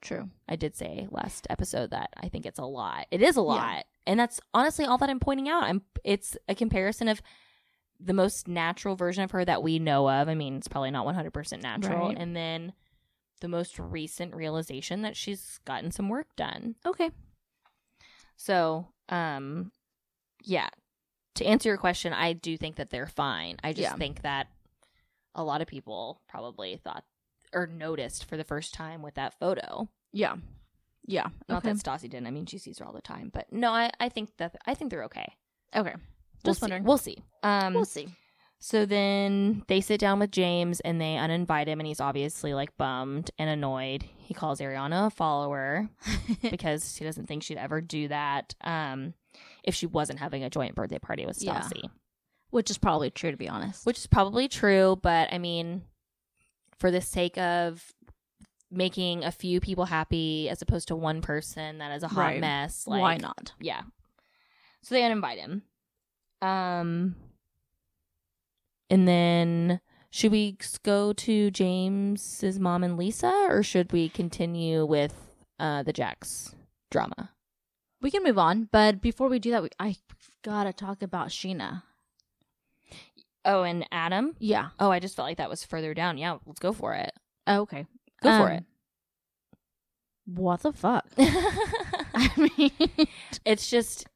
S3: True.
S2: I did say last episode that I think it's a lot. It is a lot. And that's honestly all that I'm pointing out. I'm it's a comparison of the most natural version of her that we know of. I mean, it's probably not 100% natural.
S3: Right.
S2: And then the most recent realization that she's gotten some work done.
S3: Okay.
S2: So, um yeah. To answer your question, I do think that they're fine. I just
S3: Yeah.
S2: think that a lot of people probably thought or noticed for the first time with that photo.
S3: Yeah. Yeah.
S2: Not
S3: okay.
S2: that Stassi didn't. I mean, she sees her all the time. But no, I, I think that I think they're okay.
S3: okay.
S2: We'll
S3: Just
S2: see.
S3: wondering.
S2: We'll see. Um,
S3: we'll see.
S2: So then they sit down with James and they uninvite him, and he's obviously like bummed and annoyed. He calls Ariana
S3: *laughs*
S2: a follower because she doesn't think she'd ever do that. Um, if she wasn't having a joint birthday party with
S3: Yeah.
S2: Stassi,
S3: Which is probably true to be honest.
S2: which is probably true, but I mean, for the sake of making a few people happy as opposed to one person that is a hot
S3: Right.
S2: mess, like,
S3: why not?
S2: Yeah. So they uninvite him. Um and then should we s- go to James's mom and Lisa or should we continue with uh the Jax drama?
S3: We can move on, but before we do that, we, I gotta talk about Sheena.
S2: Oh, and Adam?
S3: Yeah.
S2: Oh, I just felt like that was further down. Yeah, let's go for
S3: *laughs*
S2: it.
S3: Oh, okay.
S2: Go for it.
S3: What the fuck? *laughs* I *laughs* mean,
S2: it's just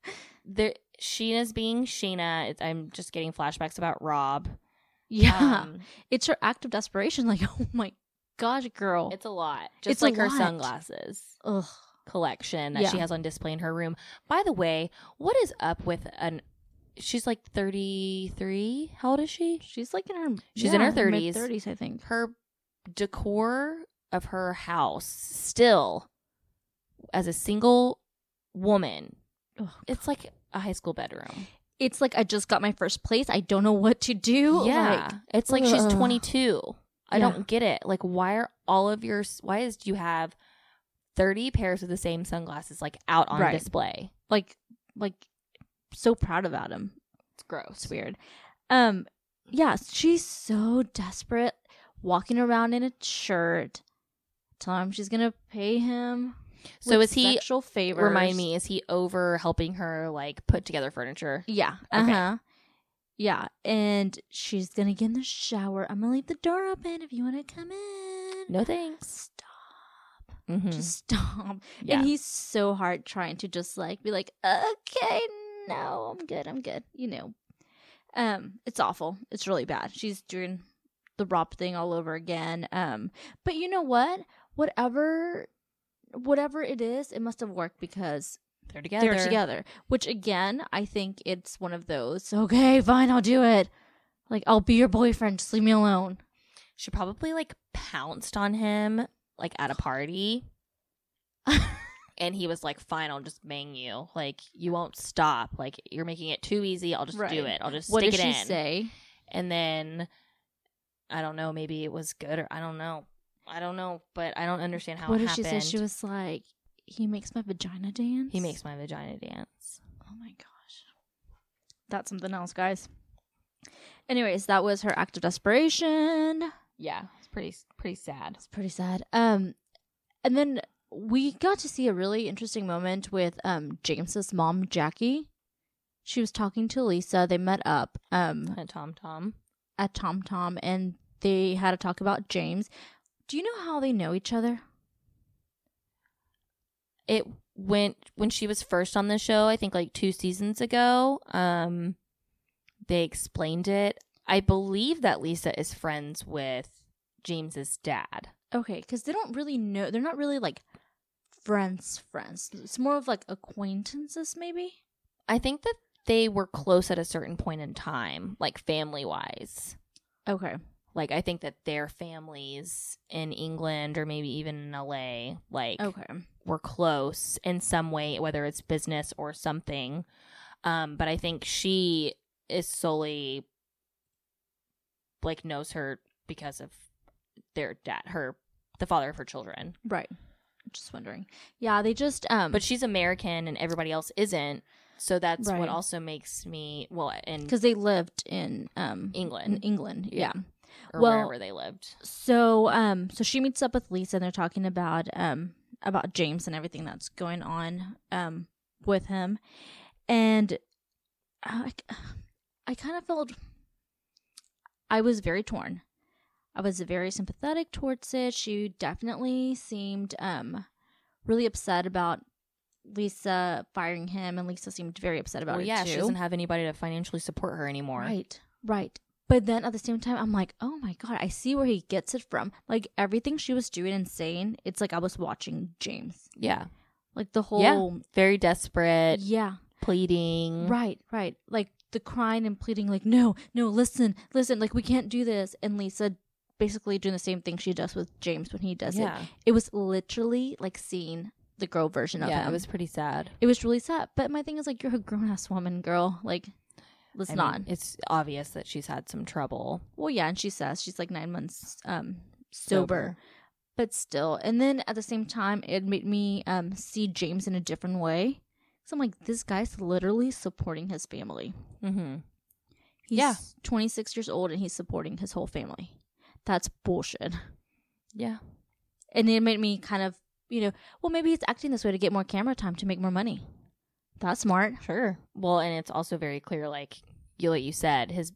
S2: there Sheena's being Sheena. It's, I'm just getting flashbacks about Rob
S3: Yeah.
S2: Um,
S3: it's her act of desperation. *laughs* Like, oh my gosh, girl.
S2: it's a lot. Just
S3: It's a
S2: like her
S3: lot.
S2: sunglasses
S3: Ugh.
S2: collection that she
S3: Yeah.
S2: has on display in her room. By the way, what is up with an she's like 33. How old is she?
S3: She's like in her
S2: She's in her 30s.
S3: Thirties, I think.
S2: Her decor of her house still as a single woman.
S3: Ugh.
S2: It's like a high school bedroom.
S3: It's like I just got my first place. I don't know what to do.
S2: yeah.
S3: Like,
S2: it's like she's
S3: ugh.
S2: 22. I
S3: Yeah.
S2: don't get it. Like, why are all of your, why is, do you have 30 pairs of the same sunglasses like out on
S3: Right.
S2: display?
S3: like, like, so proud of Adam.
S2: It's gross.
S3: It's weird. Um, yeah, she's so desperate, walking around in a shirt, telling him she's gonna pay him.
S2: So
S3: with
S2: is he,
S3: sexual favors?
S2: remind me, is he over helping her like put together furniture?
S3: Yeah. Uh
S2: Okay.
S3: huh. Yeah, and she's gonna get in the shower. I'm gonna leave the door open if you wanna come in.
S2: No thanks.
S3: Stop.
S2: Mhm.
S3: Just stop.
S2: yeah.
S3: And he's so hard trying to just like be like, okay, no, I'm good, I'm good. You know, um, it's awful. It's really bad. She's doing the Rob thing all over again. Um, but you know what? Whatever, whatever it is, it must have worked because
S2: they're together.
S3: they're together. Which again, I think it's one of those. Okay, fine, I'll do it. Like I'll be your boyfriend. Just leave me alone. *laughs*
S2: She probably like pounced on him like at a party. and he was like, fine, I'll just bang you. Like, you won't stop. Like, you're making it too easy. I'll just do
S3: Right.
S2: it. I'll just
S3: what
S2: stick
S3: did
S2: it
S3: she
S2: in.
S3: say?
S2: and then I don't know, maybe it was good or I don't know. I don't know, but I don't understand how
S3: what
S2: it
S3: did
S2: happened.
S3: she say? She was like, "He makes my vagina dance."
S2: he makes my vagina dance.
S3: Oh my gosh. That's something else, guys. Anyways, that was her act of desperation.
S2: Yeah, it's pretty pretty sad.
S3: It's pretty sad. Um and then we got to see a really interesting moment with um James's mom, Jackie. She was talking to Lisa. They met up um
S2: Tom Tom.
S3: at Tom Tom and they had a talk about James. Do you know how they know each other?
S2: It went when she was first on the show, I think like 2 seasons ago. Um they explained it. I believe that Lisa is friends with James's dad.
S3: Okay, because they don't really know. They're not really like friends, friends. It's more of like acquaintances, maybe.
S2: I think that they were close at a certain point in time, like family-wise.
S3: Okay.
S2: like i think that their families in england or maybe even in la like
S3: Okay.
S2: were close in some way whether it's business or something um but i think she is solely like knows her because of their dad her the father of her children
S3: Right. Just wondering. Yeah, they just um
S2: but she's american and everybody else isn't so that's
S3: Right.
S2: what also makes me well in
S3: because they lived in um in
S2: england
S3: England. Yeah.
S2: Yeah. or
S3: well-
S2: wherever they lived
S3: So um so she meets up with Lisa and they're talking about um about James and everything that's going on um with him. And uh, I I kind of felt I was very torn. I was very sympathetic towards it. She definitely seemed um really upset about Lisa firing him and Lisa seemed very upset about
S2: well,
S3: it
S2: yeah
S3: too.
S2: she doesn't have anybody to financially support her anymore
S3: Right, right. But then at the same time, I'm like, oh my God, I see where he gets it from. Like everything she was doing and saying, it's like I was watching James.
S2: yeah
S3: Like the
S2: Yeah. Mm-hmm.
S3: whole.
S2: very desperate,
S3: Yeah,
S2: pleading.
S3: right, right. Like the crying and pleading, like, no, no, listen, listen, like we can't do this. And Lisa basically doing the same thing she does with James when he does it.
S2: Yeah,
S3: It was literally like seeing the girl version of
S2: yeah,
S3: him.
S2: it was pretty sad.
S3: it was really sad. But my thing is, like, you're a grown ass woman, girl. Like, let's
S2: I mean,
S3: not.
S2: It's obvious that she's had some trouble.
S3: Well, yeah, and she says she's like nine months um sober, but still. And then at the same time, it made me um see James in a different way. So I'm like, this guy's literally supporting his family.
S2: Mm-hmm.
S3: He's
S2: Yeah.
S3: 26 years old and he's supporting his whole family. That's bullshit.
S2: Yeah,
S3: And it made me kind of, you know, well, maybe he's acting this way to get more camera time to make more money. That's smart.
S2: sure. Well, and it's also very clear, like you, like you said, his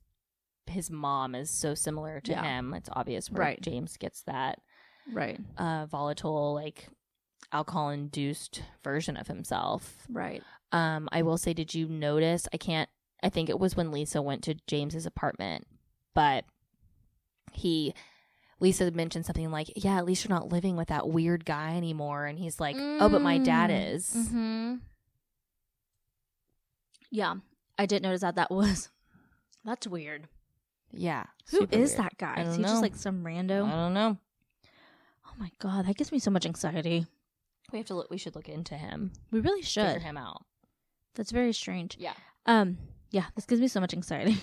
S2: his mom is so similar to
S3: Yeah.
S2: him. It's obvious where
S3: Right.
S2: James gets that
S3: Right.
S2: uh, volatile, like alcohol induced version of himself.
S3: Right.
S2: Um, I will say, did you notice? I can't. I think it was when Lisa went to James's apartment, but he Lisa mentioned something like, "Yeah, at least you're not living with that weird guy anymore." And he's like, "Oh, but my dad
S3: Mm,
S2: is."
S3: mhm. Yeah, I did notice that that was. *laughs* That's weird.
S2: Yeah.
S3: Who
S2: super
S3: is
S2: weird.
S3: that guy?
S2: I
S3: Is
S2: don't
S3: he
S2: know.
S3: just like some rando?
S2: I don't know.
S3: oh my god, that gives me so much anxiety.
S2: We have to look. We should look into him.
S3: We really
S2: Figure
S3: should.
S2: him out.
S3: That's very strange.
S2: Yeah.
S3: Um. Yeah, this gives me so much anxiety.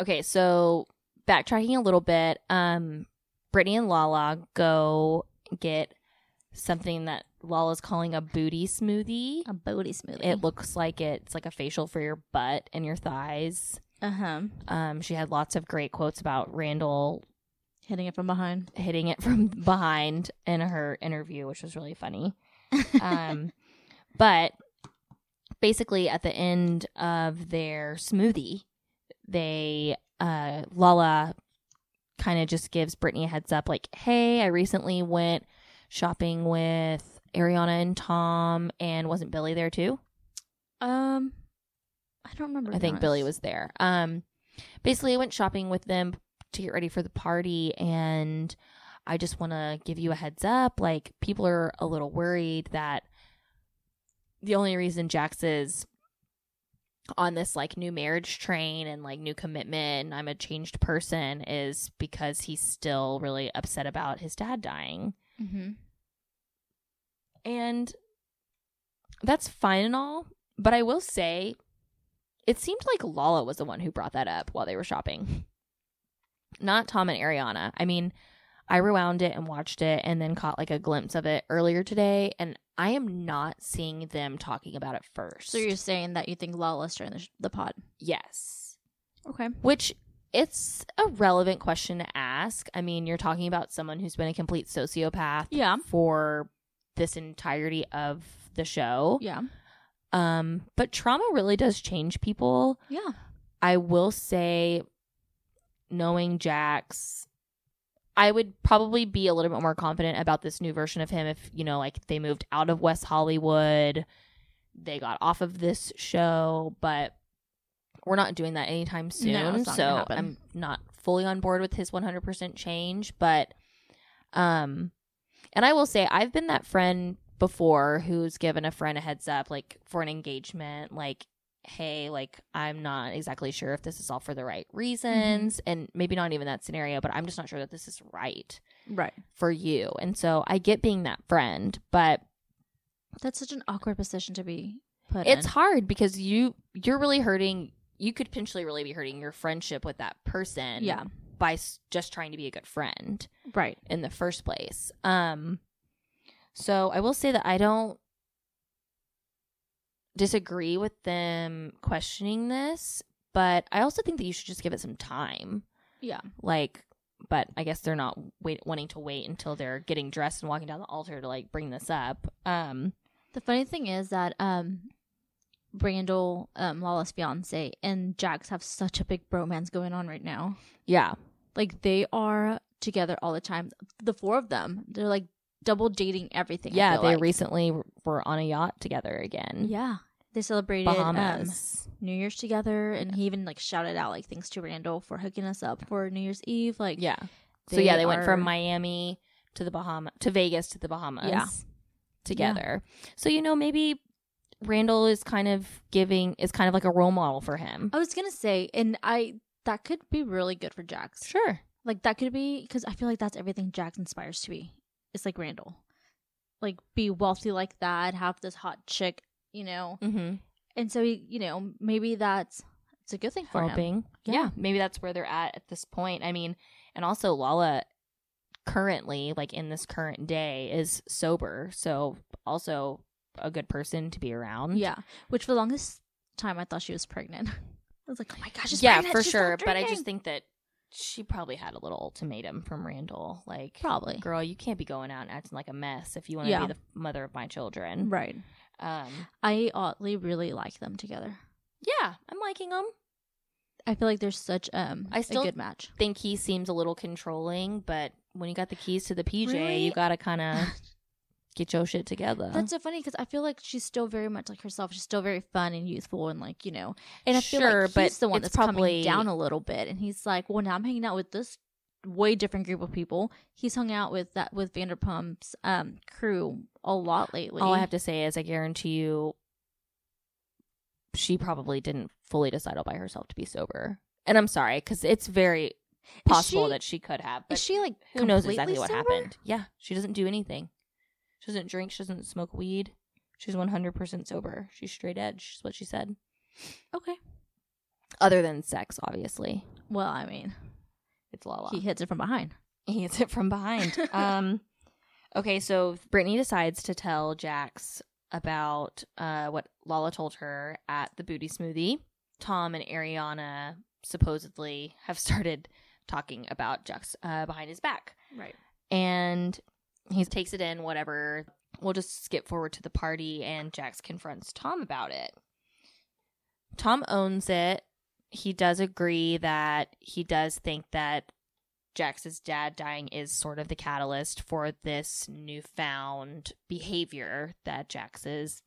S2: Okay, so backtracking a little bit, um, Brittany and Lala go get something that Lala's calling a booty smoothie.
S3: *laughs* A booty smoothie.
S2: It looks like it's like a facial for your butt and your thighs.
S3: uh huh.
S2: Um, she had lots of great quotes about Randall
S3: Hitting it from behind.
S2: hitting it *laughs* from behind in her interview, which was really funny. Um, but basically, at the end of their smoothie, they uh, Lala kind of just gives Brittany a heads up, like, "Hey, I recently went shopping with Ariana and Tom, and wasn't Billy there too?
S3: um, I don't remember.
S2: I
S3: to be
S2: think Billy
S3: honest.
S2: was there. Um, basically, I went shopping with them to get ready for the party, and I just want to give you a heads up. Like, people are a little worried that the only reason Jax is on this like new marriage train and like new commitment, and I'm a changed person, is because he's still really upset about his dad dying
S3: Mhm.
S2: and that's fine and all but i will say it seemed like lala was the one who brought that up while they were shopping *laughs* not tom and ariana i mean i rewound it and watched it and then caught like a glimpse of it earlier today and i am not seeing them talking about it first
S3: So you're saying that you think Lawless during the, sh- the pod?
S2: yes
S3: Okay.
S2: which it's a relevant question to ask i mean you're talking about someone who's been a complete sociopath
S3: Yeah.
S2: for this entirety of the show
S3: Yeah.
S2: um, but trauma really does change people.
S3: Yeah.
S2: I will say, knowing Jax, I would probably be a little bit more confident about this new version of him if, you know, like they moved out of West Hollywood, they got off of this show, but we're not doing that anytime soon.
S3: it's not gonna
S2: so
S3: happen.
S2: I'm not fully on board with his 100% change, but, um, and I will say, I've been that friend before who's given a friend a heads up, like for an engagement, like, hey, like, I'm not exactly sure if this is all for the right reasons, and maybe not even that scenario, but I'm just not sure that this is right
S3: Right.
S2: for you. And so I get being that friend, but
S3: That's such an awkward position to be put
S2: it's
S3: in.
S2: hard because you you're really hurting you could potentially really be hurting your friendship with that person
S3: Yeah.
S2: by s- just trying to be a good friend
S3: Right.
S2: in the first place. Um so I will say that I don't disagree with them questioning this, but I also think that you should just give it some time.
S3: Yeah.
S2: Like but I guess they're not wait, wanting to wait until they're getting dressed and walking down the altar to like bring this up. Um
S3: The funny thing is that um, Brandel, um, Lawless fiance, and Jax have such a big bromance going on right now.
S2: yeah.
S3: Like they are together all the time. The four of them, they're like double dating everything. I
S2: Yeah,
S3: feel
S2: they
S3: like.
S2: recently were on a yacht together again.
S3: yeah they celebrated um,
S2: Bahamas.
S3: New Year's together, and he even like shouted out like thanks to Randall for hooking us up for New Year's Eve. Like
S2: yeah. so yeah, they went from
S3: are-
S2: Miami to the Bahama to Vegas to the Bahamas.
S3: Yeah.
S2: Together. So you know, maybe Randall is kind of giving is kind of like a role model for him.
S3: I was gonna say, and I that could be really good for Jax.
S2: Sure.
S3: Like that could be because I feel like that's everything Jax inspires to be. It's like Randall, like be wealthy like that, have this hot chick, you know.
S2: Mm-hmm.
S3: And so he, you know, maybe that's it's a good thing for him.
S2: Helping.
S3: Yeah.
S2: Yeah. Maybe that's where they're at at this point. I mean, and also Lala currently, like in this current day, is sober. So also a good person to be around.
S3: Yeah, which for the longest time I thought she was pregnant. *laughs* I was like, oh my gosh, she's
S2: yeah,
S3: pregnant.
S2: for
S3: She
S2: sure.
S3: stopped
S2: But I
S3: drinking."
S2: just think that she probably had a little ultimatum from Randall. Like,
S3: probably
S2: girl, you can't be going out and acting like a mess if you want to
S3: Yeah.
S2: be the mother of my children.
S3: right.
S2: Um,
S3: I oddly really like them together.
S2: yeah, I'm liking him.
S3: I feel like there's such um
S2: I still-
S3: a good match.
S2: Think he seems a little controlling, but when you got the keys to the PJ,
S3: Really?
S2: you gotta
S3: *laughs*
S2: kind of get your shit together.
S3: That's so funny because I feel like she's still very much like herself. She's still very fun and youthful and like you know. And I feel
S2: Sure,
S3: like
S2: but
S3: he's the one
S2: it's
S3: that's probably coming
S2: probably-
S3: down a little bit, and he's like, "Well, now I'm hanging out with this way different group of people. He's hung out with that with Vanderpump's um crew a lot lately.
S2: All Oh, I have to say is, I guarantee you, she probably didn't fully decide all by herself to be sober. And I'm sorry, because it's very possible
S3: she-
S2: that she could have. But
S3: is she like
S2: who knows
S3: completely
S2: exactly what
S3: sober?
S2: happened? Yeah, she doesn't do anything. She doesn't drink. She doesn't smoke weed. She's 100% sober. She's straight edge, is what she said.
S3: Okay.
S2: Other than sex, obviously.
S3: Well, I mean,
S2: It's Lala.
S3: he hits it from behind.
S2: He hits it from *laughs* behind. um, okay, so Brittany decides to tell Jax about uh, what Lala told her at the booty smoothie. Tom and Ariana supposedly have started talking about Jax uh, behind his back.
S3: Right.
S2: And he takes it in, whatever. We'll just skip forward to the party, and Jax confronts Tom about it. Tom owns it. He does agree that he does think that Jax's dad dying is sort of the catalyst for this newfound behavior that Jax is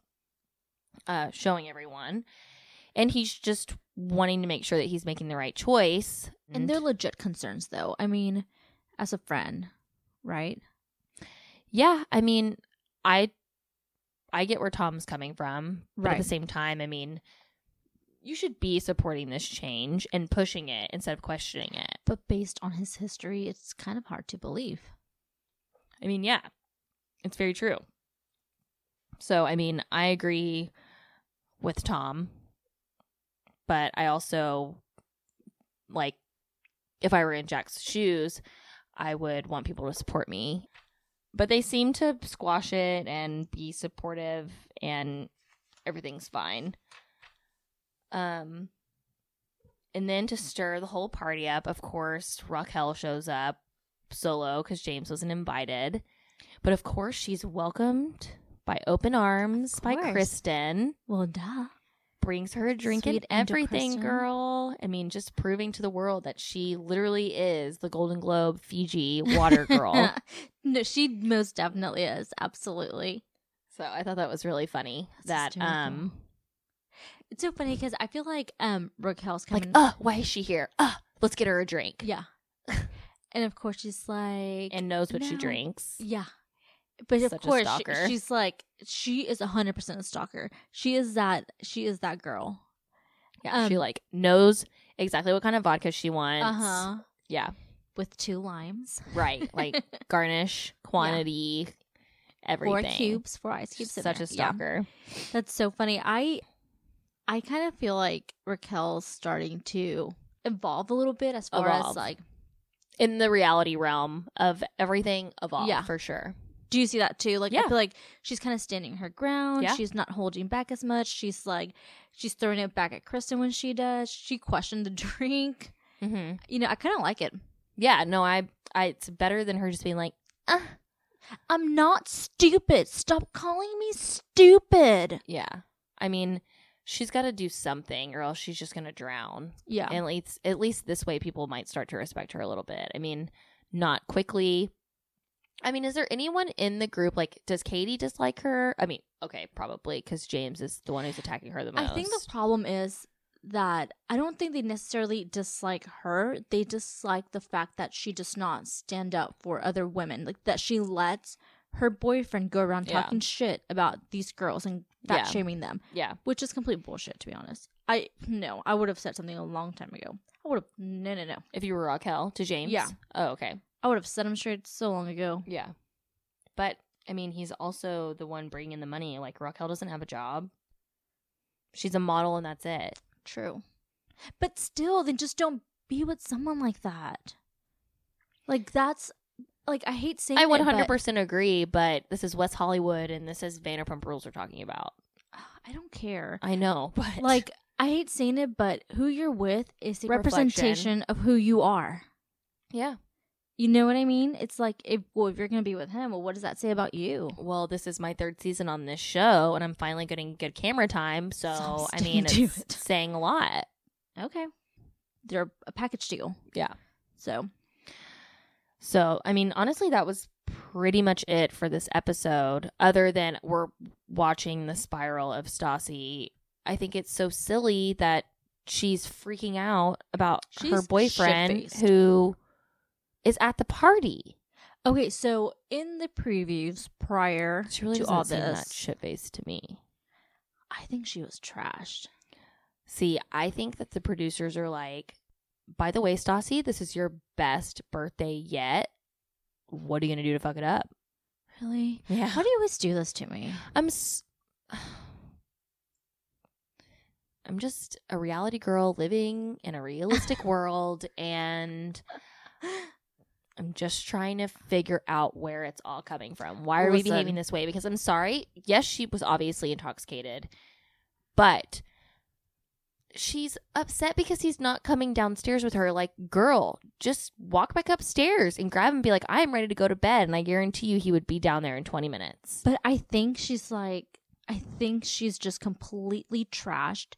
S2: uh, showing everyone. And he's just wanting to make sure that he's making the right choice.
S3: And they're legit concerns though. I mean, as a friend, right?
S2: yeah, I mean, I I get where Tom's coming from, but at
S3: Right.
S2: the same time, I mean, you should be supporting this change and pushing it instead of questioning it.
S3: But based on his history, it's kind of hard to believe.
S2: I mean, yeah, it's very true. So, I mean, I agree with Tom, but I also like if I were in Jack's shoes, I would want people to support me. But they seem to squash it and be supportive, and everything's fine. Um, and then to stir the whole party up, of course, Raquel shows up solo because James wasn't invited. But of course, she's welcomed by open arms by
S3: course.
S2: Kristen.
S3: Well, duh.
S2: Brings her a drink
S3: Sweet
S2: and
S3: and
S2: everything,
S3: depressing.
S2: girl. I mean, just proving to the world that she literally is the Golden Globe Fiji
S3: *laughs*
S2: water girl.
S3: no, she most definitely is. Absolutely.
S2: so I thought that was really funny
S3: That's
S2: that um
S3: It's so funny because I feel like um Raquel's coming.
S2: like, oh, why is she here? Uh, let's get her a drink. *laughs*
S3: Yeah. and of course she's like
S2: And knows what she
S3: No.
S2: drinks.
S3: Yeah. But of
S2: Such a
S3: course she-
S2: stalker.
S3: she's like she is 100% a stalker. She is that she is that girl.
S2: Yeah. she
S3: Um,
S2: like knows exactly what kind of vodka she wants.
S3: Uh-huh.
S2: Yeah.
S3: With two limes, *laughs*
S2: Right. Like garnish, quantity, everything.
S3: four cubes, four ice cubes. in
S2: Such
S3: there.
S2: a
S3: Yeah.
S2: stalker.
S3: That's so funny. I I kind of feel like Raquel's starting to evolve a little bit as far
S2: Evolve.
S3: as like
S2: In the reality realm of everything evolved
S3: Yeah.
S2: for sure.
S3: do you see that too? Like
S2: Yeah.
S3: I feel like she's kind of standing her ground.
S2: Yeah.
S3: She's not holding back as much. She's like she's throwing it back at Kristen when she does. She questioned the *laughs* drink.
S2: Mm-hmm.
S3: You know, I kind of like it.
S2: Yeah, no, I, I, it's better than her just being like,
S3: I'm not stupid. Stop calling me stupid.
S2: yeah. I mean, she's got to do something, or else she's just gonna drown.
S3: Yeah.
S2: And at least, at least this way, people might start to respect her a little bit. I mean, not quickly. I mean, is there anyone in the group like? Does Katie dislike her? I mean, okay, probably because James is the one who's attacking her the most.
S3: I think the problem is that I don't think they necessarily dislike her. They dislike the fact that she does not stand up for other women, like that she lets her boyfriend go around
S2: Yeah.
S3: talking shit about these girls and fat
S2: Yeah.
S3: shaming them,
S2: yeah,
S3: which is complete bullshit, to be honest. I no, I would have said something a long time ago. I would have no, no, no.
S2: if you were Raquel to James,
S3: Yeah.
S2: Oh, okay.
S3: I would have said him straight so long ago.
S2: Yeah. But I mean, he's also the one bringing in the money. Like Raquel doesn't have a job. She's a model and that's it.
S3: True. But still, then just don't be with someone like that. Like that's like I hate saying
S2: I
S3: it, but-
S2: 100% agree, but this is West Hollywood and this is Vanderpump Rules we're talking about.
S3: I don't care.
S2: I know, *laughs* but
S3: Like I hate saying it, but who you're with is a
S2: reflection.
S3: representation of who you are.
S2: yeah.
S3: You know what I mean? It's like if well, if you're gonna be with him, well, what does that say about you?
S2: Well, this is my third season on this show and I'm finally getting good camera time, so
S3: So
S2: I mean,
S3: stay
S2: it's *laughs*
S3: tuned.
S2: saying a lot.
S3: Okay, they're a package deal.
S2: Yeah.
S3: So
S2: So, I mean, honestly, that was pretty much it for this episode, other than we're watching the spiral of Stassi. I think it's so silly that she's freaking out about her
S3: She's
S2: boyfriend
S3: shit-faced.
S2: who is at the party.
S3: Okay, so in the previews prior
S2: She really
S3: to
S2: doesn't
S3: all
S2: seem
S3: this,
S2: that shit faced to me.
S3: I think she was trashed.
S2: See, I think that the producers are like, by the way, Stassi, this is your best birthday yet. What are you gonna do to fuck it up?
S3: Really?
S2: Yeah,
S3: How do you always do this to me?
S2: I'm. S- *sighs* I'm just a reality girl living in a realistic world, and I'm just trying to figure out where it's all coming from. Why are we
S3: Listen.
S2: behaving this way? Because I'm sorry. Yes, she was obviously intoxicated, but she's upset because he's not coming downstairs with her. Like, girl, just walk back upstairs and grab him and be like, I am ready to go to bed. And I guarantee you he would be down there in 20 minutes.
S3: But I think she's like, I think she's just completely trashed,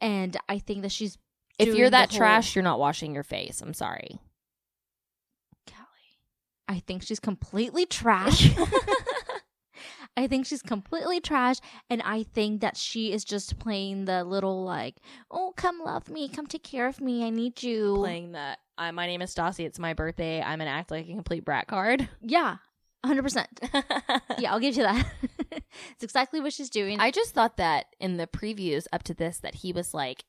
S3: and I think that she's.
S2: if
S3: doing
S2: you're
S3: the
S2: that
S3: whole-
S2: trash, you're not washing your face. I'm sorry.
S3: Kelly, I think she's completely
S2: *laughs*
S3: trash. *laughs* I think she's completely trash, and I think that she is just playing the little like, oh, come love me, come take care of me, I need you.
S2: Playing that. I, my name is Stassi. It's my birthday. I'm gonna act like a complete brat card. *laughs*
S3: Yeah, hundred percent. *laughs* Yeah, I'll give you that. *laughs* it's exactly what she's doing.
S2: I just thought that in the previews up to this that he was like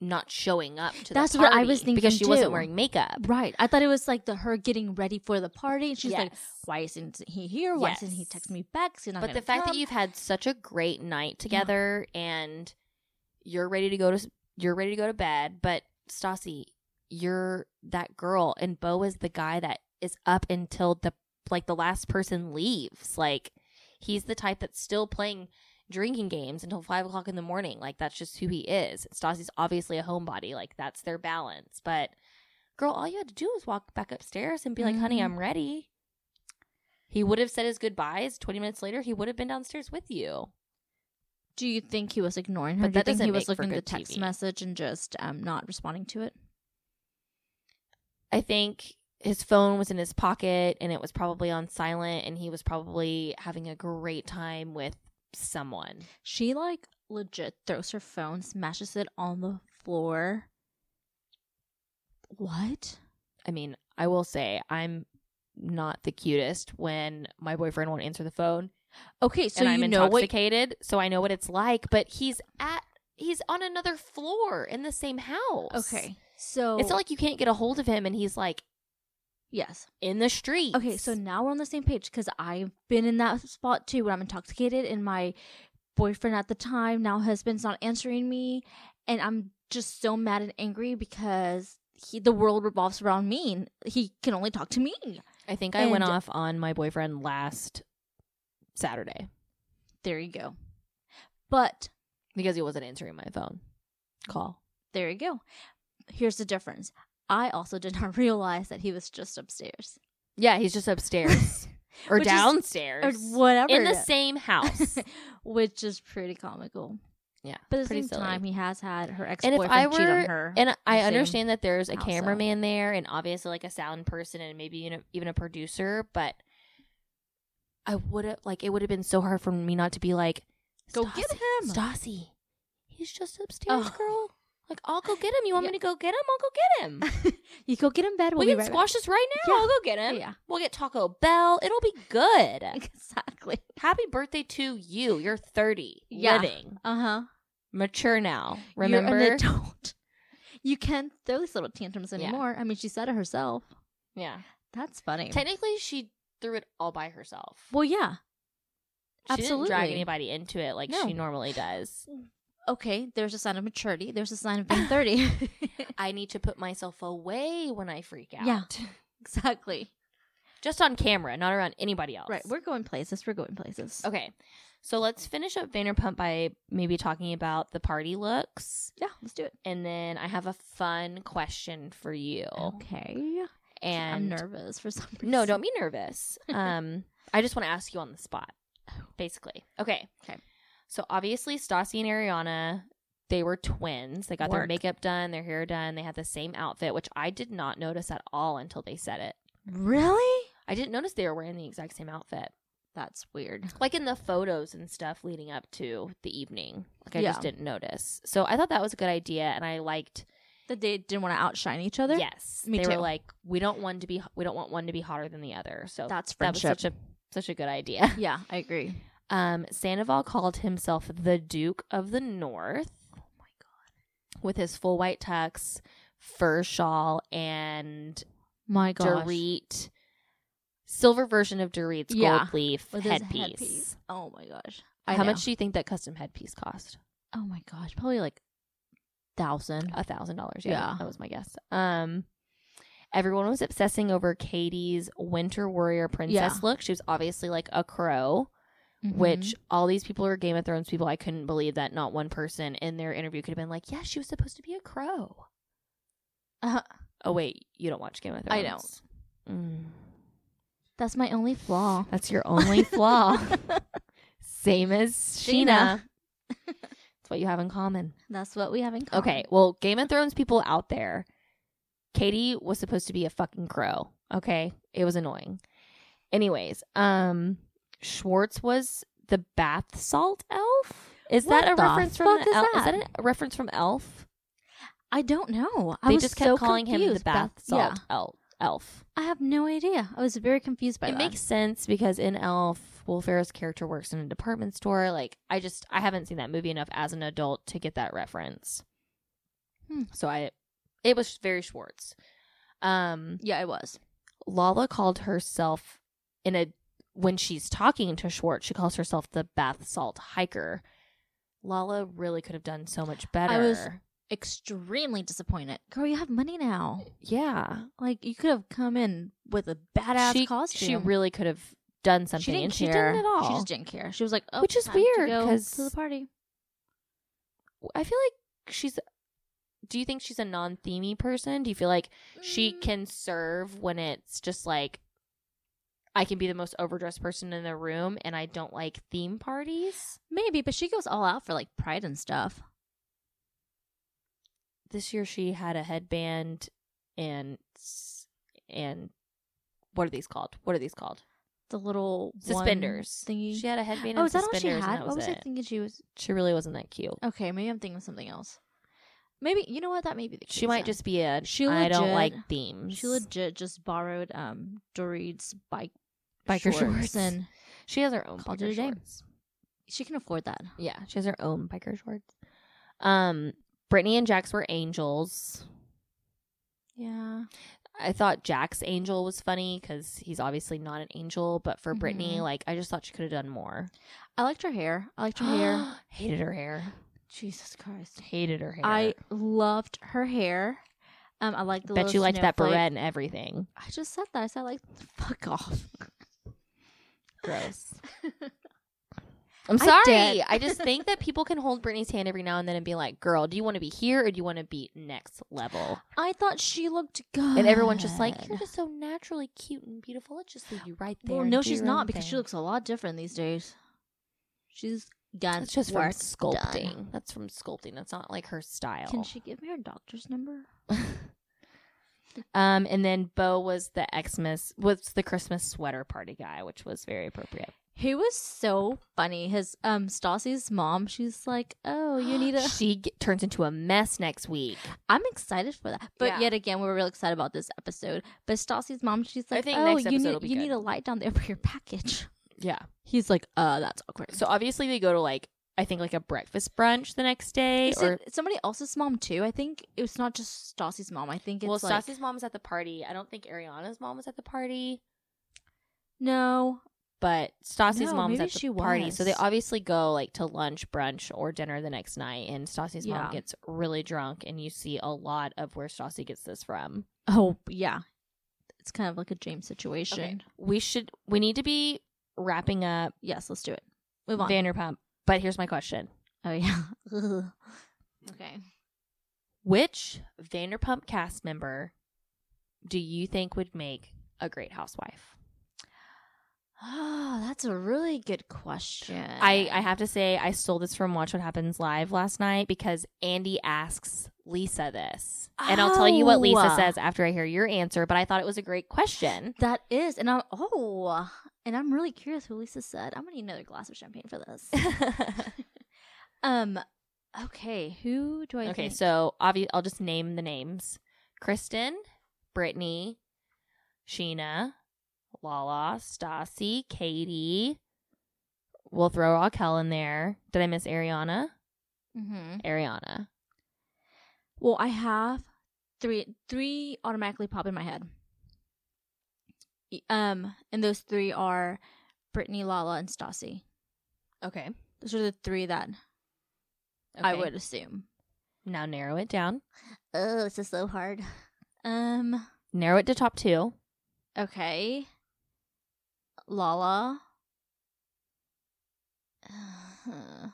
S2: not showing up to
S3: That's
S2: the
S3: what I
S2: party
S3: was thinking
S2: because she wasn't
S3: too.
S2: wearing makeup.
S3: right, I thought it was like the her getting ready for the party, and she's like,
S2: Yes.
S3: why isn't he here? Why
S2: Yes.
S3: isn't he text me back? 'Cause he's not
S2: but the
S3: gonna
S2: fact that
S3: come."
S2: you've had such a great night together and you're ready to go to s- you're ready to go to bed, but Stassi, you're that girl and Bo is the guy that is up until the like the last person leaves. Like he's the type that's still playing drinking games until five o'clock in the morning. Like that's just who he is. Stassi's obviously a homebody. Like that's their balance. But girl, all you had to do was walk back upstairs and be like, "Honey,
S3: Mhm.
S2: I'm ready." He would have said his goodbyes. Twenty minutes later, he would have been downstairs with you.
S3: do you think he was ignoring her?
S2: But
S3: do
S2: that
S3: you think
S2: doesn't
S3: he was
S2: make for
S3: looking at the
S2: good
S3: text
S2: TV.
S3: message and just um, not responding to it?
S2: I think his phone was in his pocket and it was probably on silent, and he was probably having a great time with someone.
S3: She like legit throws her phone, smashes it on the floor. What?
S2: I mean, I will say I'm not the cutest when my boyfriend won't answer the phone
S3: Okay, so
S2: and I'm
S3: you know what?
S2: intoxicated, so I know what it's like, but he's at he's on another floor in the same house.
S3: Okay, so
S2: It's not like you can't get a hold of him and he's like
S3: yes.
S2: in the street.
S3: Okay, so now we're on the same page because I've been in that spot too when I'm intoxicated and my boyfriend at the time, now husband's not answering me, and I'm just so mad and angry because he the world revolves around me. And he can only talk to me.
S2: I think I went
S3: and-
S2: off on my boyfriend last Saturday
S3: There you go. But
S2: because he wasn't answering my phone call.
S3: there you go. Here's the difference. I also did not *laughs* realize that he was just upstairs
S2: Yeah, he's just
S3: *laughs*
S2: upstairs or
S3: Which is- or
S2: downstairs
S3: whatever
S2: in the
S3: it is, *laughs*
S2: same house.
S3: which is pretty comical.
S2: yeah,
S3: But at the
S2: pretty
S3: same
S2: silly.
S3: time, he has had her ex
S2: And if
S3: boyfriend
S2: I
S3: cheat on
S2: were-
S3: her.
S2: And I
S3: same
S2: understand that there's a
S3: house, so.
S2: cameraman there and obviously like a sound person and maybe even a, even a producer, but I would have like it would have been so hard for me not to be like,
S3: Go get
S2: "Stassi,
S3: him."
S2: Stassi. He's just upstairs,
S3: Oh.
S2: girl. Like I'll go get him. You want
S3: Yeah.
S2: me to go get him? I'll go
S3: *laughs*
S2: get him.
S3: you go get in bed. We'll
S2: we
S3: be
S2: can
S3: right
S2: squash this right now.
S3: Yeah.
S2: I'll go get him.
S3: Yeah. *laughs*
S2: We'll get Taco Bell. It'll be good.
S3: back. Exactly.
S2: Happy birthday to you. You're 30,
S3: Yeah.
S2: living,
S3: Uh huh.
S2: mature now. Uh-huh. Remember,
S3: You're an adult. You can't throw these little tantrums
S2: Yeah.
S3: anymore. I mean, she said it herself.
S2: yeah.
S3: That's funny.
S2: Technically, she threw it all by herself.
S3: well, yeah.
S2: She didn't drag
S3: absolutely.
S2: anybody into it like
S3: No.
S2: she normally does.
S3: Okay. There's a sign of maturity. There's a sign of being
S2: *laughs*
S3: thirty. *laughs*
S2: I need to put myself away when I freak out.
S3: Yeah. exactly.
S2: Just on camera, not around anybody else.
S3: Right. We're going places. We're going places.
S2: okay. So let's finish up Vanderpump by maybe talking about the party looks.
S3: Yeah. Let's do it.
S2: And then I have a fun question for you.
S3: Okay. I'm
S2: And
S3: nervous *laughs* for some reason.
S2: No, don't be
S3: *laughs*
S2: nervous. Um, I just want to ask you on the spot, basically. Okay.
S3: Okay.
S2: So obviously, Stassi and Ariana, they were twins. They got their
S3: Work.
S2: makeup done, their hair done. They had the same outfit, which I did not notice at all until they said it.
S3: Really?
S2: I didn't notice they were wearing the exact same outfit,
S3: That's weird.
S2: like in the photos and stuff leading up to the evening. Like I
S3: Yeah.
S2: just didn't notice. So I thought that was a good idea, and I liked
S3: that they didn't want to outshine each other.
S2: Yes,
S3: Me
S2: they
S3: too.
S2: were like, we don't want to be, we don't want one to be hotter than the other. So
S3: that's
S2: that was
S3: friendship.
S2: such a such a good idea.
S3: yeah, I agree.
S2: Um, Sandoval called himself the Duke of the North. Oh my god! With his full white tux, fur shawl, and
S3: My
S2: Dorit silver version of Dorit's
S3: Yeah.
S2: gold leaf
S3: With his
S2: headpiece.
S3: Oh my gosh.
S2: How
S3: know.
S2: much do you think that custom headpiece cost?
S3: Oh my gosh, probably like thousand.
S2: a thousand dollars. Yeah,
S3: Yeah.
S2: that was my guess. Um, everyone was obsessing over Katie's winter warrior princess
S3: Yeah.
S2: look. She was obviously like a crow,
S3: mm-hmm.
S2: which all these people were Game of Thrones people. I couldn't believe that not one person in their interview could have been like, "Yeah, she was supposed to be a crow."
S3: Uh-huh.
S2: *laughs* Oh wait, you don't watch Game of
S3: I
S2: Thrones. Mm.
S3: that's my only *laughs* flaw.
S2: That's your
S3: *laughs*
S2: only flaw. Same as Sheena.
S3: Sheena.
S2: That's what you have in common.
S3: That's what we have in common.
S2: Okay, well, Game of Thrones people out there, Katie was supposed to be a fucking crow. Okay, it was annoying. Anyways, um, Schwartz was the bath salt elf. Is
S3: What
S2: that a
S3: the
S2: reference from
S3: fuck
S2: the
S3: is
S2: elf? Is
S3: that?
S2: that a reference from Elf?
S3: I don't know. I
S2: they
S3: was
S2: just kept
S3: so
S2: calling him the
S3: confused.
S2: bath
S3: That-
S2: salt
S3: Yeah,
S2: elf. Elf.
S3: I have no idea. I was very confused by
S2: it
S3: that.
S2: makes sense because in Elf, Will Ferrell's character works in a department store. Like, I just I haven't seen that movie enough as an adult to get that reference.
S3: Hmm.
S2: So I, it was very Schwartz. Um,
S3: yeah, it was.
S2: Lala called herself in a when she's talking to Schwartz, she calls herself the bath salt hiker. Lala really could have done so much better.
S3: I was- Extremely disappointed. Girl, you have money now.
S2: yeah,
S3: Like you could have come in with a badass
S2: she
S3: costume.
S2: she really could have done something.
S3: she didn't
S2: and she
S3: care.
S2: didn't at all.
S3: She just didn't care. She was like, oh,
S2: Which is
S3: time to
S2: weird,
S3: go
S2: 'cause-
S3: to the party.
S2: I feel like she's. Do you think she's a non-themey person? Do you feel like she
S3: Mm.
S2: can serve when it's just like I can be the most overdressed person in the room, and I don't like theme parties?
S3: Maybe, but she goes all out for like pride and stuff.
S2: This year she had a headband and s- and what are these called? What are these called?
S3: The little one
S2: Suspenders.
S3: thingy.
S2: She had a headband.
S3: oh,
S2: and
S3: is that all she
S2: suspenders, and
S3: had?
S2: that
S3: what was I
S2: it.
S3: thinking she was?
S2: She really wasn't that cute.
S3: Okay, maybe I'm thinking of something else. Maybe you know what? That may be the case.
S2: She might
S3: then.
S2: just be a.
S3: She
S2: I don't
S3: legit-
S2: like themes.
S3: she legit just borrowed um Dorit's bike
S2: Biker
S3: shorts,
S2: shorts.
S3: and
S2: she has her own
S3: Called
S2: biker
S3: it a day.
S2: shorts.
S3: she can afford that.
S2: Yeah, she has her own biker shorts. Um, Brittany and Jax were angels.
S3: Yeah.
S2: I thought Jack's angel was funny because he's obviously not an angel, but for Brittany,
S3: Mhm.
S2: like I just thought she could have
S3: *gasps*
S2: done more.
S3: I liked her hair. I *gasps* liked her hair.
S2: hated her hair.
S3: Jesus Christ.
S2: Hated her hair.
S3: I loved her hair. Um, I liked the
S2: bet
S3: little
S2: you liked that
S3: snowflake.
S2: beret and everything.
S3: I just said that. I said like, fuck off. *laughs*
S2: Gross. I'm
S3: I
S2: sorry.
S3: did.
S2: I,
S3: *laughs*
S2: just think that people can hold Brittany's hand every now and then and be like, "Girl, do you want to be here or do you want to be next level?"
S3: I thought she looked good.
S2: And everyone's just like, "You're just so naturally cute and beautiful. Let's just leave you right there."
S3: Well,
S2: and
S3: no,
S2: do
S3: she's
S2: your own
S3: not because she
S2: thing."
S3: looks a lot different these days. She's gone.
S2: That's just from
S3: work
S2: sculpting.
S3: done.
S2: That's from sculpting. That's not like her style.
S3: Can she give me her doctor's
S2: *laughs*
S3: number?
S2: um, and then Bo was the Xmas, was the Christmas sweater party guy, which was very appropriate.
S3: He was so funny. His um Stassi's mom, she's like, "Oh, you
S2: *gasps*
S3: need a." *laughs*
S2: She g- turns into a mess next week.
S3: I'm excited for that, but
S2: Yeah.
S3: yet again, we were real excited about this episode. But Stassi's mom, she's
S2: I
S3: like,
S2: think
S3: "Oh,
S2: next
S3: you
S2: episode will
S3: need
S2: be
S3: you need
S2: good."
S3: a light down there for your
S2: *laughs*
S3: package."
S2: Yeah.
S3: He's like, "Uh, that's awkward."
S2: So obviously they go to like I think like a breakfast brunch the next day.
S3: Is
S2: or
S3: it somebody else's mom too? I think it's not just Stassi's mom. I think it's
S2: well,
S3: like
S2: Stassi's mom was at the party. I don't think Ariana's mom was at the party,
S3: no,
S2: but Stassi's
S3: No,
S2: mom was
S3: maybe
S2: at the
S3: she
S2: party. So they
S3: was.
S2: obviously go like to lunch, brunch, or dinner the next night, and Stassi's mom
S3: Yeah.
S2: gets really drunk, and you see a lot of where Stassi gets this from.
S3: Oh yeah, it's kind of like a James situation.
S2: Okay. We should we need to be wrapping up
S3: Yes, let's do it. Move on.
S2: Vanderpump. But here's my question.
S3: oh yeah. *laughs* Ugh. *gasps* okay.
S2: Which Vanderpump cast member do you think would make a great housewife?
S3: Oh, that's a really good question.
S2: I,
S3: Uh-huh.
S2: I have to say I stole this from Watch What Happens Live last night because Andy asks Lisa this. And I'll tell you what Lisa
S3: Oh.
S2: says after I hear your answer, but I thought it was a great question.
S3: that is, and I'm oh, and I'm really *laughs* curious who Lisa said. I'm gonna need another glass of champagne for this. um, Okay, who do I?
S2: Okay,
S3: think-
S2: so obvi- I'll just name the names: Kristen, Brittany, Sheena, Lala, Stassi, Katie. We'll throw Raquel in there. Did I miss Ariana?
S3: Mhm.
S2: Ariana.
S3: well, I have three three automatically pop in my head. E- Um, and those three are Brittany, Lala, and Stassi.
S2: Okay.
S3: Those are the three that I would assume.
S2: now narrow it down.
S3: Oh, this is so hard. Um,
S2: Narrow it to top two.
S3: okay. Lala. *sighs* Uh,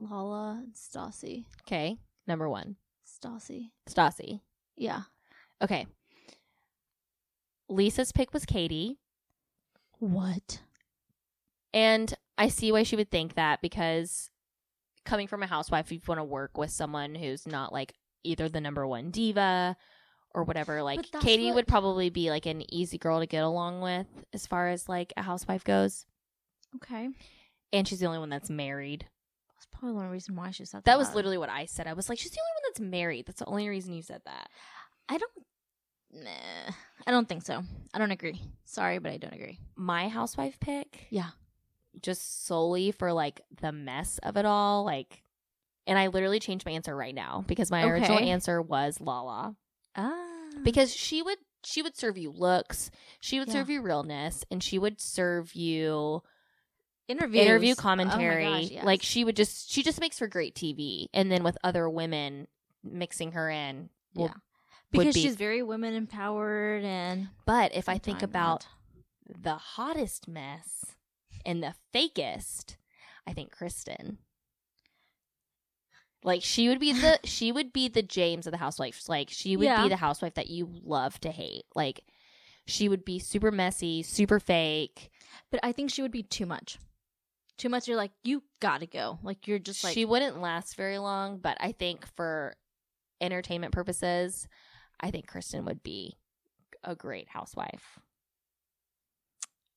S3: Lala and Stassi.
S2: Okay. Number one,
S3: Stassi.
S2: Stassi.
S3: Yeah.
S2: Okay. Lisa's pick was Katie.
S3: What?
S2: And I see why she would think that because coming from a housewife, you want to work with someone who's not like either the number one diva or whatever. Like
S3: that's
S2: Katie
S3: what-
S2: would probably be like an easy girl to get along with as far as like a housewife goes.
S3: Okay.
S2: And she's the only one that's married.
S3: That's probably one reason why she said that.
S2: That was literally what I said. I was like, she's the only one that's married. That's the only reason you said that.
S3: I don't. Nah, I don't think so. I don't agree. Sorry, but I don't agree.
S2: My housewife pick.
S3: Yeah.
S2: Just solely for like the mess of it all. Like, and I literally changed my answer right now because my original
S3: Okay.
S2: answer was Lala.
S3: Ah.
S2: because she would she would serve you looks she would
S3: Yeah.
S2: serve you realness and she would serve you
S3: interview
S2: interview commentary like she would just she just makes for great tv and then with other women mixing her in will-
S3: Yeah.
S2: would
S3: because
S2: be-
S3: she's very women empowered and.
S2: but if i
S3: I'm
S2: think
S3: fine with
S2: about
S3: that.
S2: the hottest mess and the fakest i think kristen like she would
S3: *laughs*
S2: be the she would be the james of the housewife like she would
S3: Yeah.
S2: be the housewife that you love to hate like she would be super messy super fake
S3: But I think she would be too much. Too much. You're like you gotta go. Like you're just like
S2: she wouldn't last very long but i think for entertainment purposes i think kristen would be a great housewife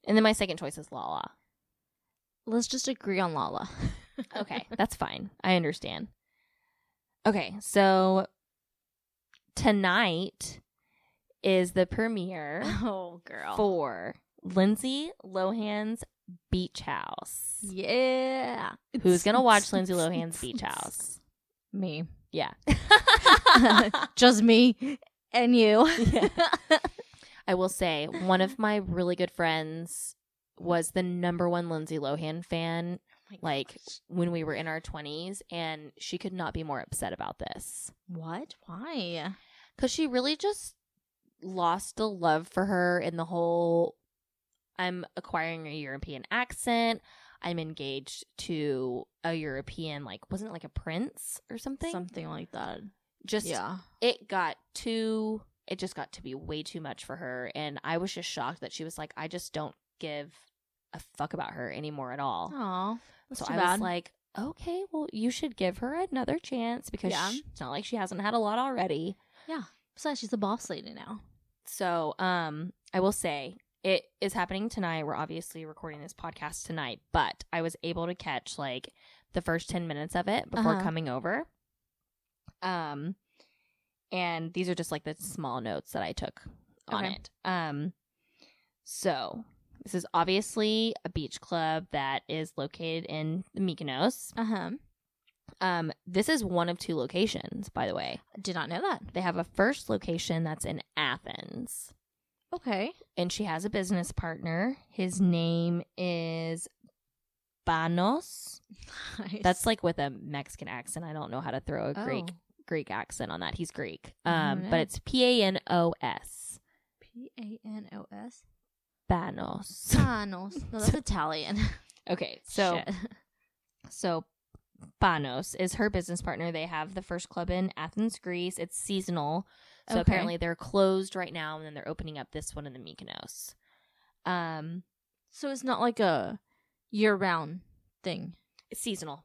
S2: and then my second choice is lala
S3: Let's just agree on Lala.
S2: *laughs* okay that's fine i understand okay so tonight is the premiere
S3: Oh girl.
S2: for lindsay lohan's beach house
S3: Yeah.
S2: who's gonna watch
S3: *laughs*
S2: lindsay lohan's beach house
S3: Me.
S2: yeah
S3: Just me and you.
S2: I will say one of my really good friends was the number one Lindsay Lohan fan *laughs* Like- when we were in our 20s and she could not be more upset about this
S3: what? Why?
S2: cuz she really just lost the love for her in the whole I'm acquiring a European accent. I'm engaged to a European like wasn't it like a prince or something?
S3: Something like that.
S2: just
S3: yeah.
S2: it got too it just got to be way too much for her and i was just shocked that she was like i just don't give a fuck about her anymore at all
S3: Oh.
S2: so i was like okay well you should give her another chance because
S3: Yeah.
S2: sh- it's not like she hasn't had a lot already
S3: Besides, she's the boss lady now.
S2: so um i will say it is happening tonight we're obviously recording this podcast tonight but i was able to catch like the first 10 minutes of it before
S3: Uh-huh.
S2: coming over um and these are just like the small notes that i took on
S3: Okay.
S2: it um so this is obviously a beach club that is located in mykonos
S3: Uh huh.
S2: um this is one of two locations by the way
S3: Did not know that.
S2: they have a first location that's in athens *laughs*
S3: Okay.
S2: and she has a business partner. His name is Banos. That's like with a Mexican accent. I don't know how to throw a
S3: Oh.
S2: Greek Greek accent on that. He's Greek.
S3: I don't
S2: Um, but
S3: know.
S2: it's P A N O S.
S3: P A N O S.
S2: Banos. *laughs*
S3: Panos. No, that's Italian.
S2: okay, so
S3: *laughs* Shit.
S2: so Banos is her business partner. They have the first club in Athens, Greece. It's seasonal. So
S3: Okay.
S2: apparently they're closed right now and then they're opening up this one in the Mykonos. Um
S3: so it's not like a year round thing
S2: it's seasonal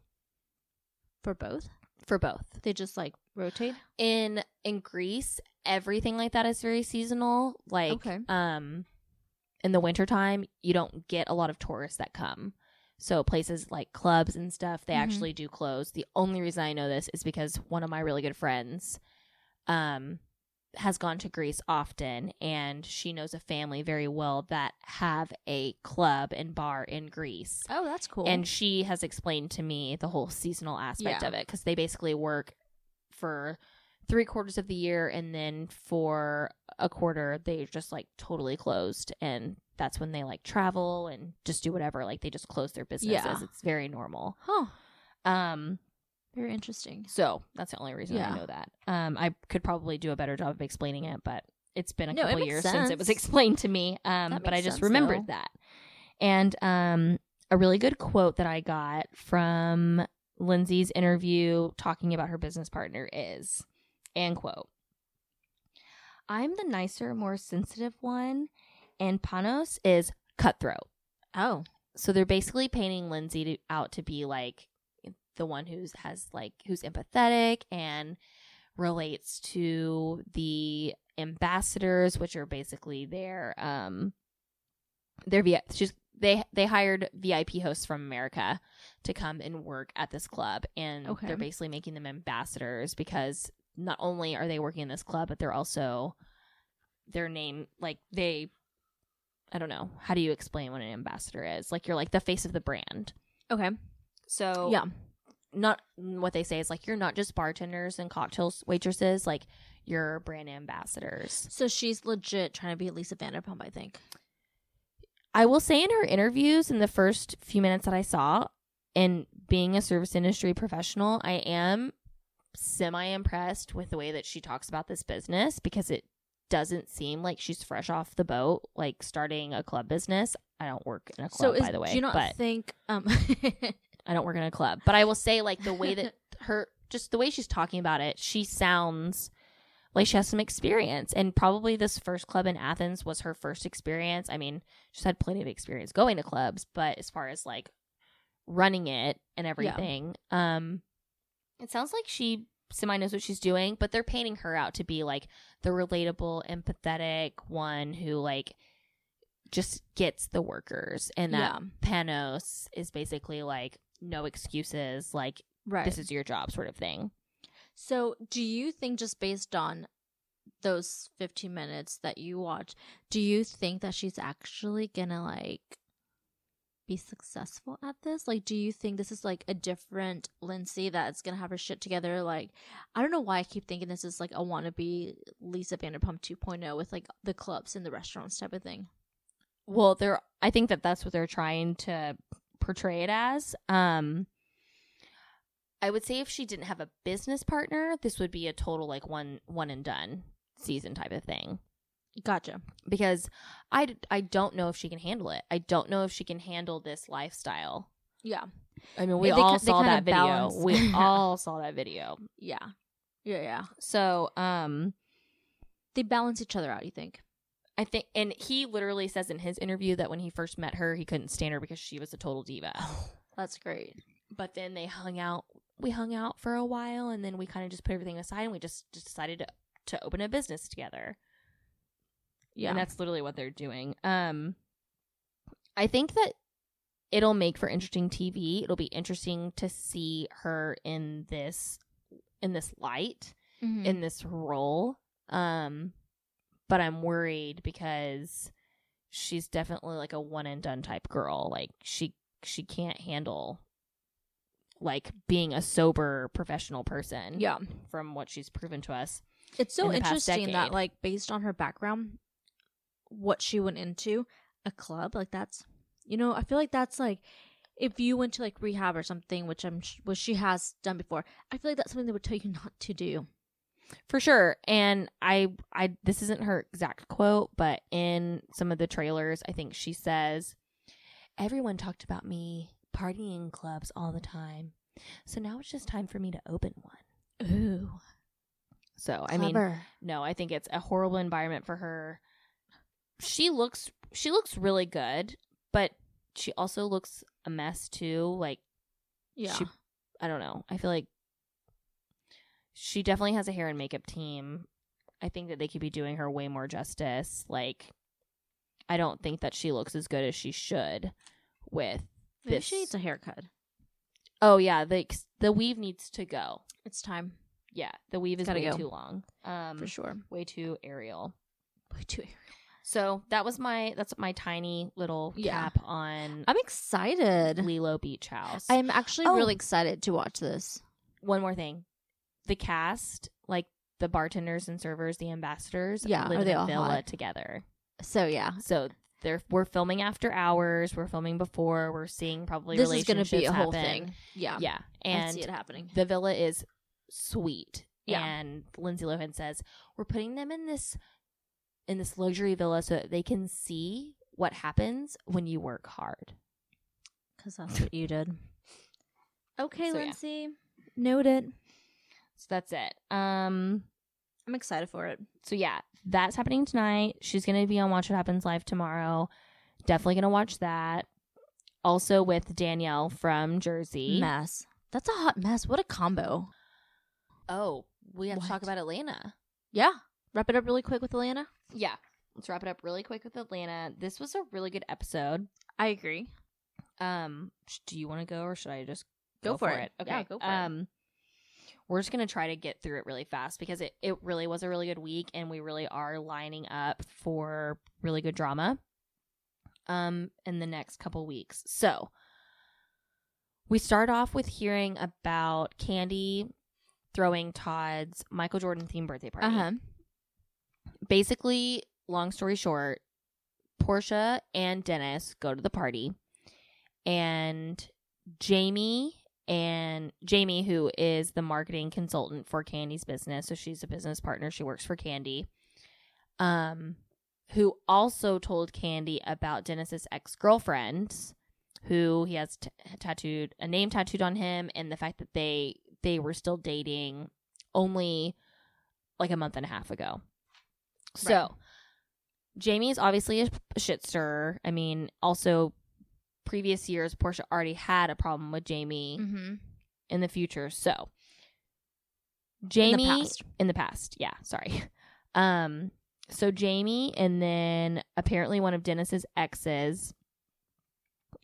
S3: for both.
S2: for both.
S3: They just like rotate.
S2: in in Greece, everything like that is very seasonal. Like
S3: Okay.
S2: um in the wintertime, you don't get a lot of tourists that come So places like clubs and stuff, they actually do close. The only reason I know this is because one of my really good friends um has gone to Greece often and she knows a family very well that have a club and bar in Greece.
S3: Oh, that's cool.
S2: And she has explained to me the whole seasonal aspect
S3: Yeah.
S2: of it because they basically work for three quarters of the year and then for a quarter they're just like totally closed and that's when they like travel and just do whatever like they just close their businesses
S3: Yeah.
S2: it's very normal
S3: huh,
S2: um
S3: very interesting.
S2: so that's the only reason
S3: Yeah.
S2: i know that um i could probably do a better job of explaining it but it's been a
S3: No, it
S2: couple
S3: makes
S2: years since it was
S3: sense.
S2: explained to me um
S3: That
S2: but i
S3: makes
S2: just
S3: sense,
S2: remembered
S3: though.
S2: that and um a really good quote that i got from lindsay's interview talking about her business partner is and quote i'm the nicer more sensitive one and panos is cutthroat
S3: Oh,
S2: so they're basically painting Lindsay to, out to be like the one who's has like who's empathetic and relates to the ambassadors, which are basically their um their V she's they they hired VIP hosts from America to come and work at this club and
S3: Okay.
S2: they're basically making them ambassadors because not only are they working in this club but they're also their name like they I don't know. How do you explain what an ambassador is? Like you're like the face of the brand.
S3: okay.
S2: So
S3: Oh. Yeah.
S2: not what they say is like you're not just bartenders and cocktails waitresses, like you're brand ambassadors.
S3: So she's legit trying to be Lisa Vanderpump, I think.
S2: I will say in her interviews in the first few minutes that I saw, and being a service industry professional, I am semi impressed with the way that she talks about this business because it doesn't seem like she's fresh off the boat, like starting a club business. I don't work in a club,
S3: so is,
S2: by the way.
S3: do you not
S2: but
S3: think? Um,
S2: I don't work in a club, but I will say like the
S3: *laughs*
S2: way that her just the way she's talking about it, she sounds like she has some experience and probably this first club in Athens was her first experience. I mean, she's had plenty of experience going to clubs, but as far as like running it and everything, um it sounds like she semi knows what she's doing, but they're painting her out to be like the relatable, empathetic one who like just gets the workers and that
S3: yeah,
S2: Panos is basically like no excuses, like
S3: right.
S2: this is your job sort of thing.
S3: So, do you think just based on those 15 minutes that you watch, do you think that she's actually gonna like be successful at this? Like, do you think this is like a different Lindsay that's gonna have her shit together? Like, I don't know why I keep thinking this is like a wannabe Lisa Vanderpump 2.0 with like the clubs and the restaurants type of thing.
S2: Well, they're I think that that's what they're trying to portray it as. Um I would say if she didn't have a business partner, this would be a total like one one and done season type of thing.
S3: Gotcha.
S2: Because I, d- I don't know if she can handle it. I don't know if she can handle this lifestyle.
S3: Yeah.
S2: I mean, we
S3: They ki-
S2: all
S3: they
S2: saw
S3: kinda
S2: that video.
S3: balance-
S2: *laughs* We all saw that video.
S3: Yeah. Yeah. Yeah.
S2: So, um,
S3: They balance each other out, you think?
S2: I think, and he literally says in his interview that when he first met her, he couldn't stand her because she was a total diva.
S3: That's great.
S2: But then they hung out. We hung out for a while, and then we kind of just put everything aside, and we just, just decided to to open a business together.
S3: Yeah.
S2: and that's literally what they're doing. Um, I think that it'll make for interesting TV. It'll be interesting to see her in this in this light
S3: Mhm.
S2: in this role. Um, but I'm worried because she's definitely like a one and done type girl. Like she she can't handle like being a sober professional person.
S3: yeah.
S2: From what she's proven to us.
S3: It's so
S2: in the past
S3: interesting that,
S2: decade.
S3: like, based on her background, what she went into, a club, like, that's, you know, I feel like that's like, if you went to like rehab or something, which I'm, sh- which she has done before, I feel like that's something they would tell you *laughs* not to do.
S2: For sure. And I I this isn't her exact quote, but in some of the trailers, I think she says everyone talked about me partying in clubs all the time. So now it's just time for me to open one.
S3: Ooh,
S2: So I mean No, I think it's a horrible environment for her. She looks she looks really good, but she also looks a mess too. Like
S3: yeah,
S2: she I don't know. I feel like she definitely has a hair and makeup team. I think that they could be doing her way more justice. Like I don't think that she looks as good as she should with
S3: Maybe
S2: this.
S3: she needs a haircut.
S2: Oh yeah, the ex- the weave needs to go.
S4: It's time
S2: Yeah, the weave is
S4: Gotta
S2: way
S4: go.
S2: too long. Um,
S4: for sure.
S2: way too aerial.
S4: Way too airy.
S2: So that was my that's my tiny little
S4: Yeah.
S2: cap on
S4: I'm excited.
S2: Lilo Beach House.
S4: I'm actually
S2: Oh.
S4: really excited to watch this.
S2: One more thing, the cast like the bartenders and servers, the ambassadors,
S4: Yeah,
S2: live
S4: are
S2: in
S4: they
S2: a
S4: all
S2: villa
S4: hot?
S2: together.
S4: So yeah,
S2: So they're we're filming after hours. We're filming before. We're seeing probably
S4: this is going
S2: relationships
S4: to be a whole
S2: happen.
S4: thing. Yeah,
S2: Yeah,
S4: I see
S2: and
S4: it happening.
S2: the villa is sweet.
S4: Yeah.
S2: And Lindsay Lohan says, We're putting them in this in this luxury villa so that they can see what happens when you work hard.
S3: Because that's what you did. Okay,
S2: So, yeah.
S3: Lindsay. Note it.
S2: So that's it. Um
S3: I'm excited for it.
S2: so yeah, that's happening tonight. She's gonna be on Watch What Happens Live tomorrow. Definitely gonna watch that. Also with Danielle from Jersey.
S4: Mess. That's a hot mess. What a combo.
S2: Oh, we have to
S4: What?
S2: talk about Atlanta.
S4: Yeah. Wrap it up really quick with Alana.
S2: Yeah. Let's wrap it up really quick with Atlanta. This was a really good episode.
S4: I agree.
S2: Um, sh- do you want to go or should I just
S4: Go for it.
S2: Okay.
S4: Yeah, go for it.
S2: um, we're just gonna try to get through it really fast because it it really was a really good week and we really are lining up for really good drama. Um, in the next couple weeks, so we start off with hearing about Candy throwing Todd's Michael Jordan themed birthday party.
S4: Uh huh.
S2: Basically, long story short, Portia and Dennis go to the party, and Jamie and Jamie, who is the marketing consultant for Candy's business, so she's a business partner. She works for Candy, um, who also told Candy about Dennis's ex girlfriend, who he has t- tattooed a name tattooed on him, and the fact that they they were still dating only like a month and a half ago.
S4: Right.
S2: So Jamie is obviously a shit stirrer. I mean, also previous years Portia already had a problem with Jamie
S3: Mm.
S4: Mm-hmm.
S2: in the future. So Jamie
S4: past.
S2: in the past, yeah, sorry. *laughs* Um so Jamie and then apparently one of Dennis's exes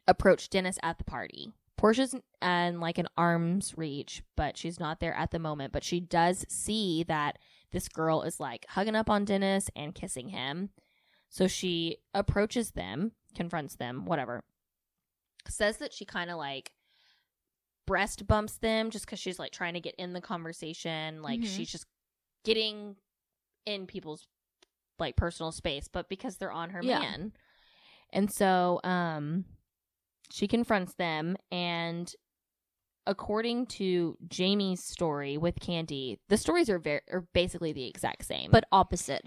S2: approached Dennis at the party. Portia's and like an arm's reach, but she's not there at the moment, but she does see that this girl is like hugging up on Dennis and kissing him. So she approaches them, confronts them, whatever. Says that she kind of like breast bumps them just because she's like trying to get in the conversation. Like
S4: Mhm.
S2: she's just getting in people's like personal space, but because they're on her
S4: Yeah.
S2: man. And so um she confronts them and according to Jamie's story with Candy, the stories are very are basically the exact same.
S4: But opposite.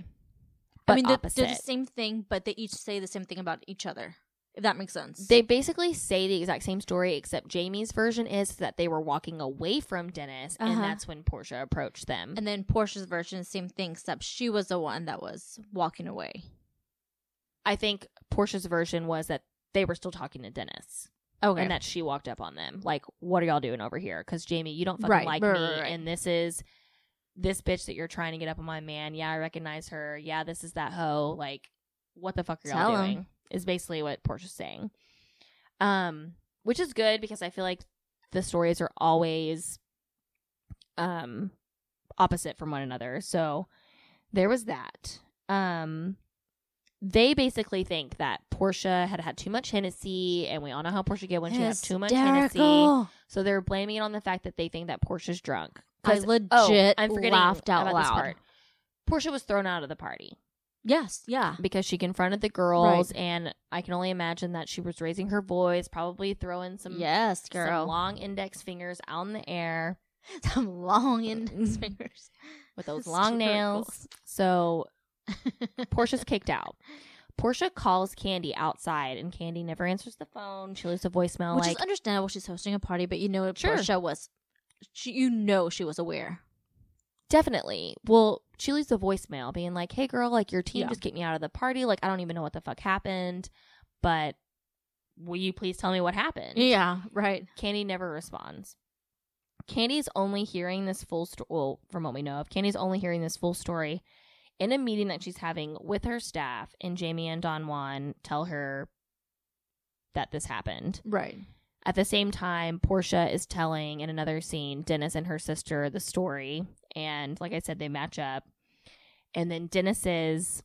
S2: But
S4: I mean, they're, they're the
S2: opposite.
S4: same thing, but they each say the same thing about each other. If that makes sense.
S2: They basically say the exact same story, except Jamie's version is that they were walking away from Dennis,
S4: Uh-huh.
S2: and that's when Portia approached them.
S4: and then Portia's version, is the same thing, except she was the one that was walking away.
S2: I think Portia's version was that they were still talking to Dennis,
S4: Okay.
S2: and that she walked up on them, like, "What are y'all doing over here?" Because Jamie, you don't fucking
S4: Right,
S2: like
S4: right,
S2: me,
S4: right, right.
S2: and this is this bitch that you're trying to get up on my man. Yeah, I recognize her. Yeah, this is that hoe. Like, what the fuck are y'all
S4: Tell 'em.
S2: doing? Is basically what Portia's saying. Um, which is good because I feel like the stories are always um opposite from one another. So there was that. Um they basically think that Portia had had too much Hennessy, and we all know how Portia get when she has too much Hennessy.
S4: Hysterical.
S2: So they're blaming it on the fact that they think that Portia's drunk.
S4: I
S2: 'Cause-
S4: legit
S2: oh, I'm forgetting
S4: laughed out
S2: about this
S4: loud.
S2: part. Portia was thrown out of the party
S4: Yes, yeah.
S2: because she confronted the girls, and I can only imagine that she was raising her voice, probably throwing some,
S4: yes,
S2: some
S4: girl.
S2: long *laughs* index fingers out in the air.
S4: Some
S3: Mm-hmm.
S4: long index fingers.
S2: with
S4: *laughs*
S2: those
S4: It's
S2: long
S4: true.
S2: nails. So Portia's kicked out. Portia calls Candy outside, and Candy never answers the phone. She leaves a voicemail
S4: Which
S2: like,
S4: is understandable. She's hosting a party, but you know,
S2: Sure.
S4: Portia was. She, you know, she was aware.
S2: definitely. Well, she leaves a voicemail being like, "Hey, girl, like your team
S4: Yeah.
S2: just kicked me out of the party. Like I don't even know what the fuck happened, but will you please tell me what happened?"
S4: Yeah, right.
S2: Candy never responds. Candy's only hearing this full story, well, from what we know of, Candy's only hearing this full story in a meeting that she's having with her staff, and Jamie and Don Juan tell her that this happened.
S4: Right.
S2: At the same time, Portia is telling in another scene Dennis and her sister the story. And like I said, they match up. And then Dennis's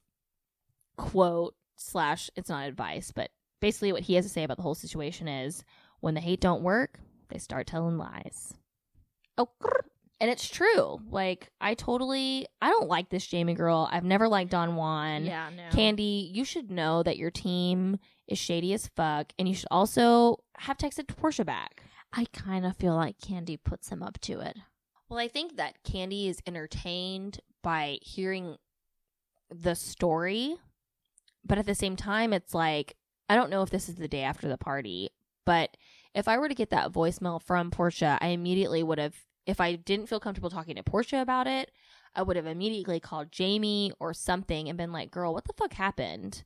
S2: quote slash it's not advice, but basically what he has to say about the whole situation is when the hate don't work, they start telling lies.
S3: Oh,
S2: And it's true. Like I totally I don't like this Jamie girl. I've never liked Don Juan.
S3: yeah, no.
S2: Candy, you should know that your team is shady as fuck, and you should also have texted Portia back.
S3: I kind of feel like Candy puts him up to it.
S2: Well, I think that Candy is entertained by hearing the story, but at the same time, it's like, I don't know if this is the day after the party, but if I were to get that voicemail from Portia, I immediately would have, if I didn't feel comfortable talking to Portia about it, I would have immediately called Jamie or something and been like, girl, what the fuck happened?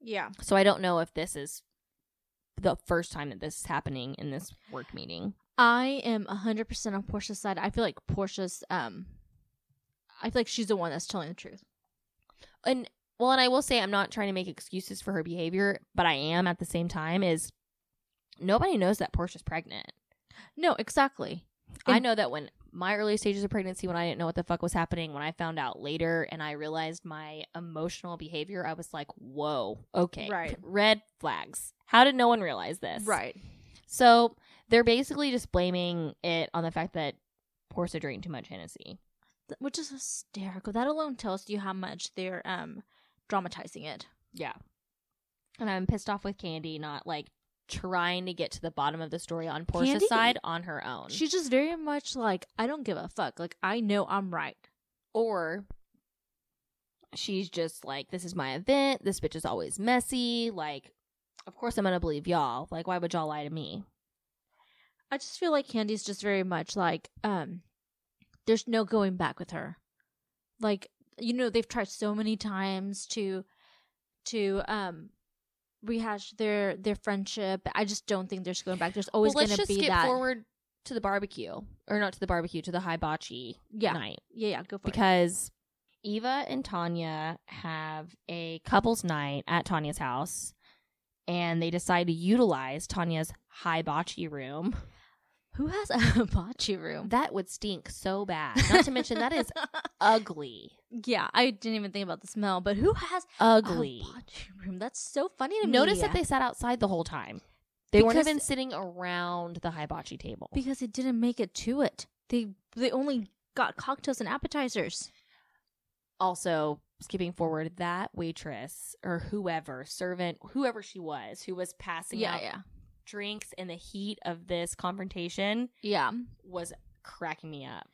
S3: Yeah.
S2: So I don't know if this is the first time that this is happening in this work meeting.
S3: I am 100% on Portia's side. I feel like Portia's, um, I feel like she's the one that's telling the truth.
S2: And well, and I will say I'm not trying to make excuses for her behavior, but I am at the same time is nobody knows that Portia's pregnant.
S3: No, exactly.
S2: I
S3: And-
S2: know that when my early stages of pregnancy when I didn't know what the fuck was happening, when I found out later and I realized my emotional behavior, I was like, "Whoa, okay.
S3: Right.
S2: Red flags. How did no one realize this?"
S3: Right.
S2: So, they're basically just blaming it on the fact that Portia drank too much Hennessy.
S3: Th- Which is hysterical. That alone tells you how much they're, um, dramatizing it.
S2: Yeah. And I'm pissed off with Candy not like trying to get to the bottom of the story on Portia's
S3: Candy-
S2: side on her own.
S3: She's just very much like, I don't give a fuck. Like, I know I'm right.
S2: or she's just like, this is my event. This bitch is always messy. Like, of course I'm going to believe y'all. Like, why would y'all lie to me?
S3: I just feel like Candy's just very much like um there's no going back with her. Like you know they've tried so many times to to um rehash their their friendship. I just don't think there's going back. There's always
S2: well, let's
S3: going to
S2: just
S3: be
S2: skip
S3: that.
S2: forward to the barbecue. Or not to the barbecue, to the hibachi
S3: yeah.
S2: night.
S3: Yeah, yeah, go for it.
S2: because Eva and Tanya have a couples night at Tanya's house and they decide to utilize Tanya's hibachi room.
S3: Who has
S2: *laughs*
S3: a hibachi room?
S2: That would stink so *laughs* bad. Not to mention that is ugly.
S3: Yeah, I didn't even think about the smell, but who has
S2: Ugly.
S3: a hibachi room? That's so funny to me.
S2: Notice that they sat outside the whole time. They weren't
S3: Because-
S2: even sitting around the hibachi table.
S3: because they didn't make it to it. They they only got cocktails and appetizers.
S2: also skipping forward that waitress or whoever servant whoever she was who was passing out
S3: yeah.
S2: drinks in the heat of this confrontation
S3: Yeah.
S2: was cracking me up.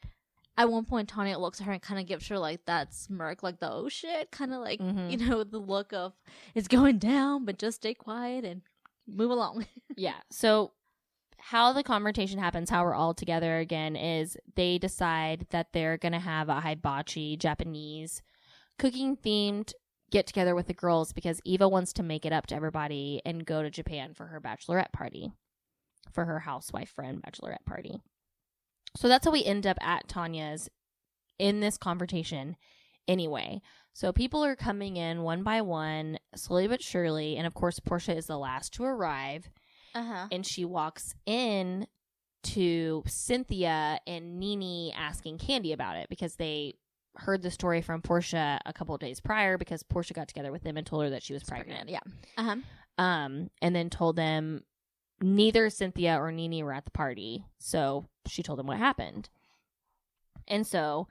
S3: At one point, Tanya looks at her and kind of gives her like that smirk, like the oh shit, kind of like,
S2: Mhm.
S3: you know, *laughs* the look of it's going down, but just stay quiet and move along. *laughs*
S2: Yeah. So how the confrontation happens, how we're all together again, is they decide that they're gonna have a hibachi Japanese cooking themed get together with the girls because Eva wants to make it up to everybody and go to Japan for her bachelorette party. For her housewife friend bachelorette party. So that's how we end up at Tanya's in this confrontation anyway. So people are coming in one by one, slowly but surely, and of course Portia is the last to arrive
S3: Uh huh.
S2: and she walks in to Cynthia and Nini asking Candy about it because they heard the story from Portia a couple of days prior because Portia got together with them and told her that she was pregnant.
S3: Yeah. Uh huh.
S2: Um and then told them neither Cynthia or Nini were at the party. So she told them what happened. And so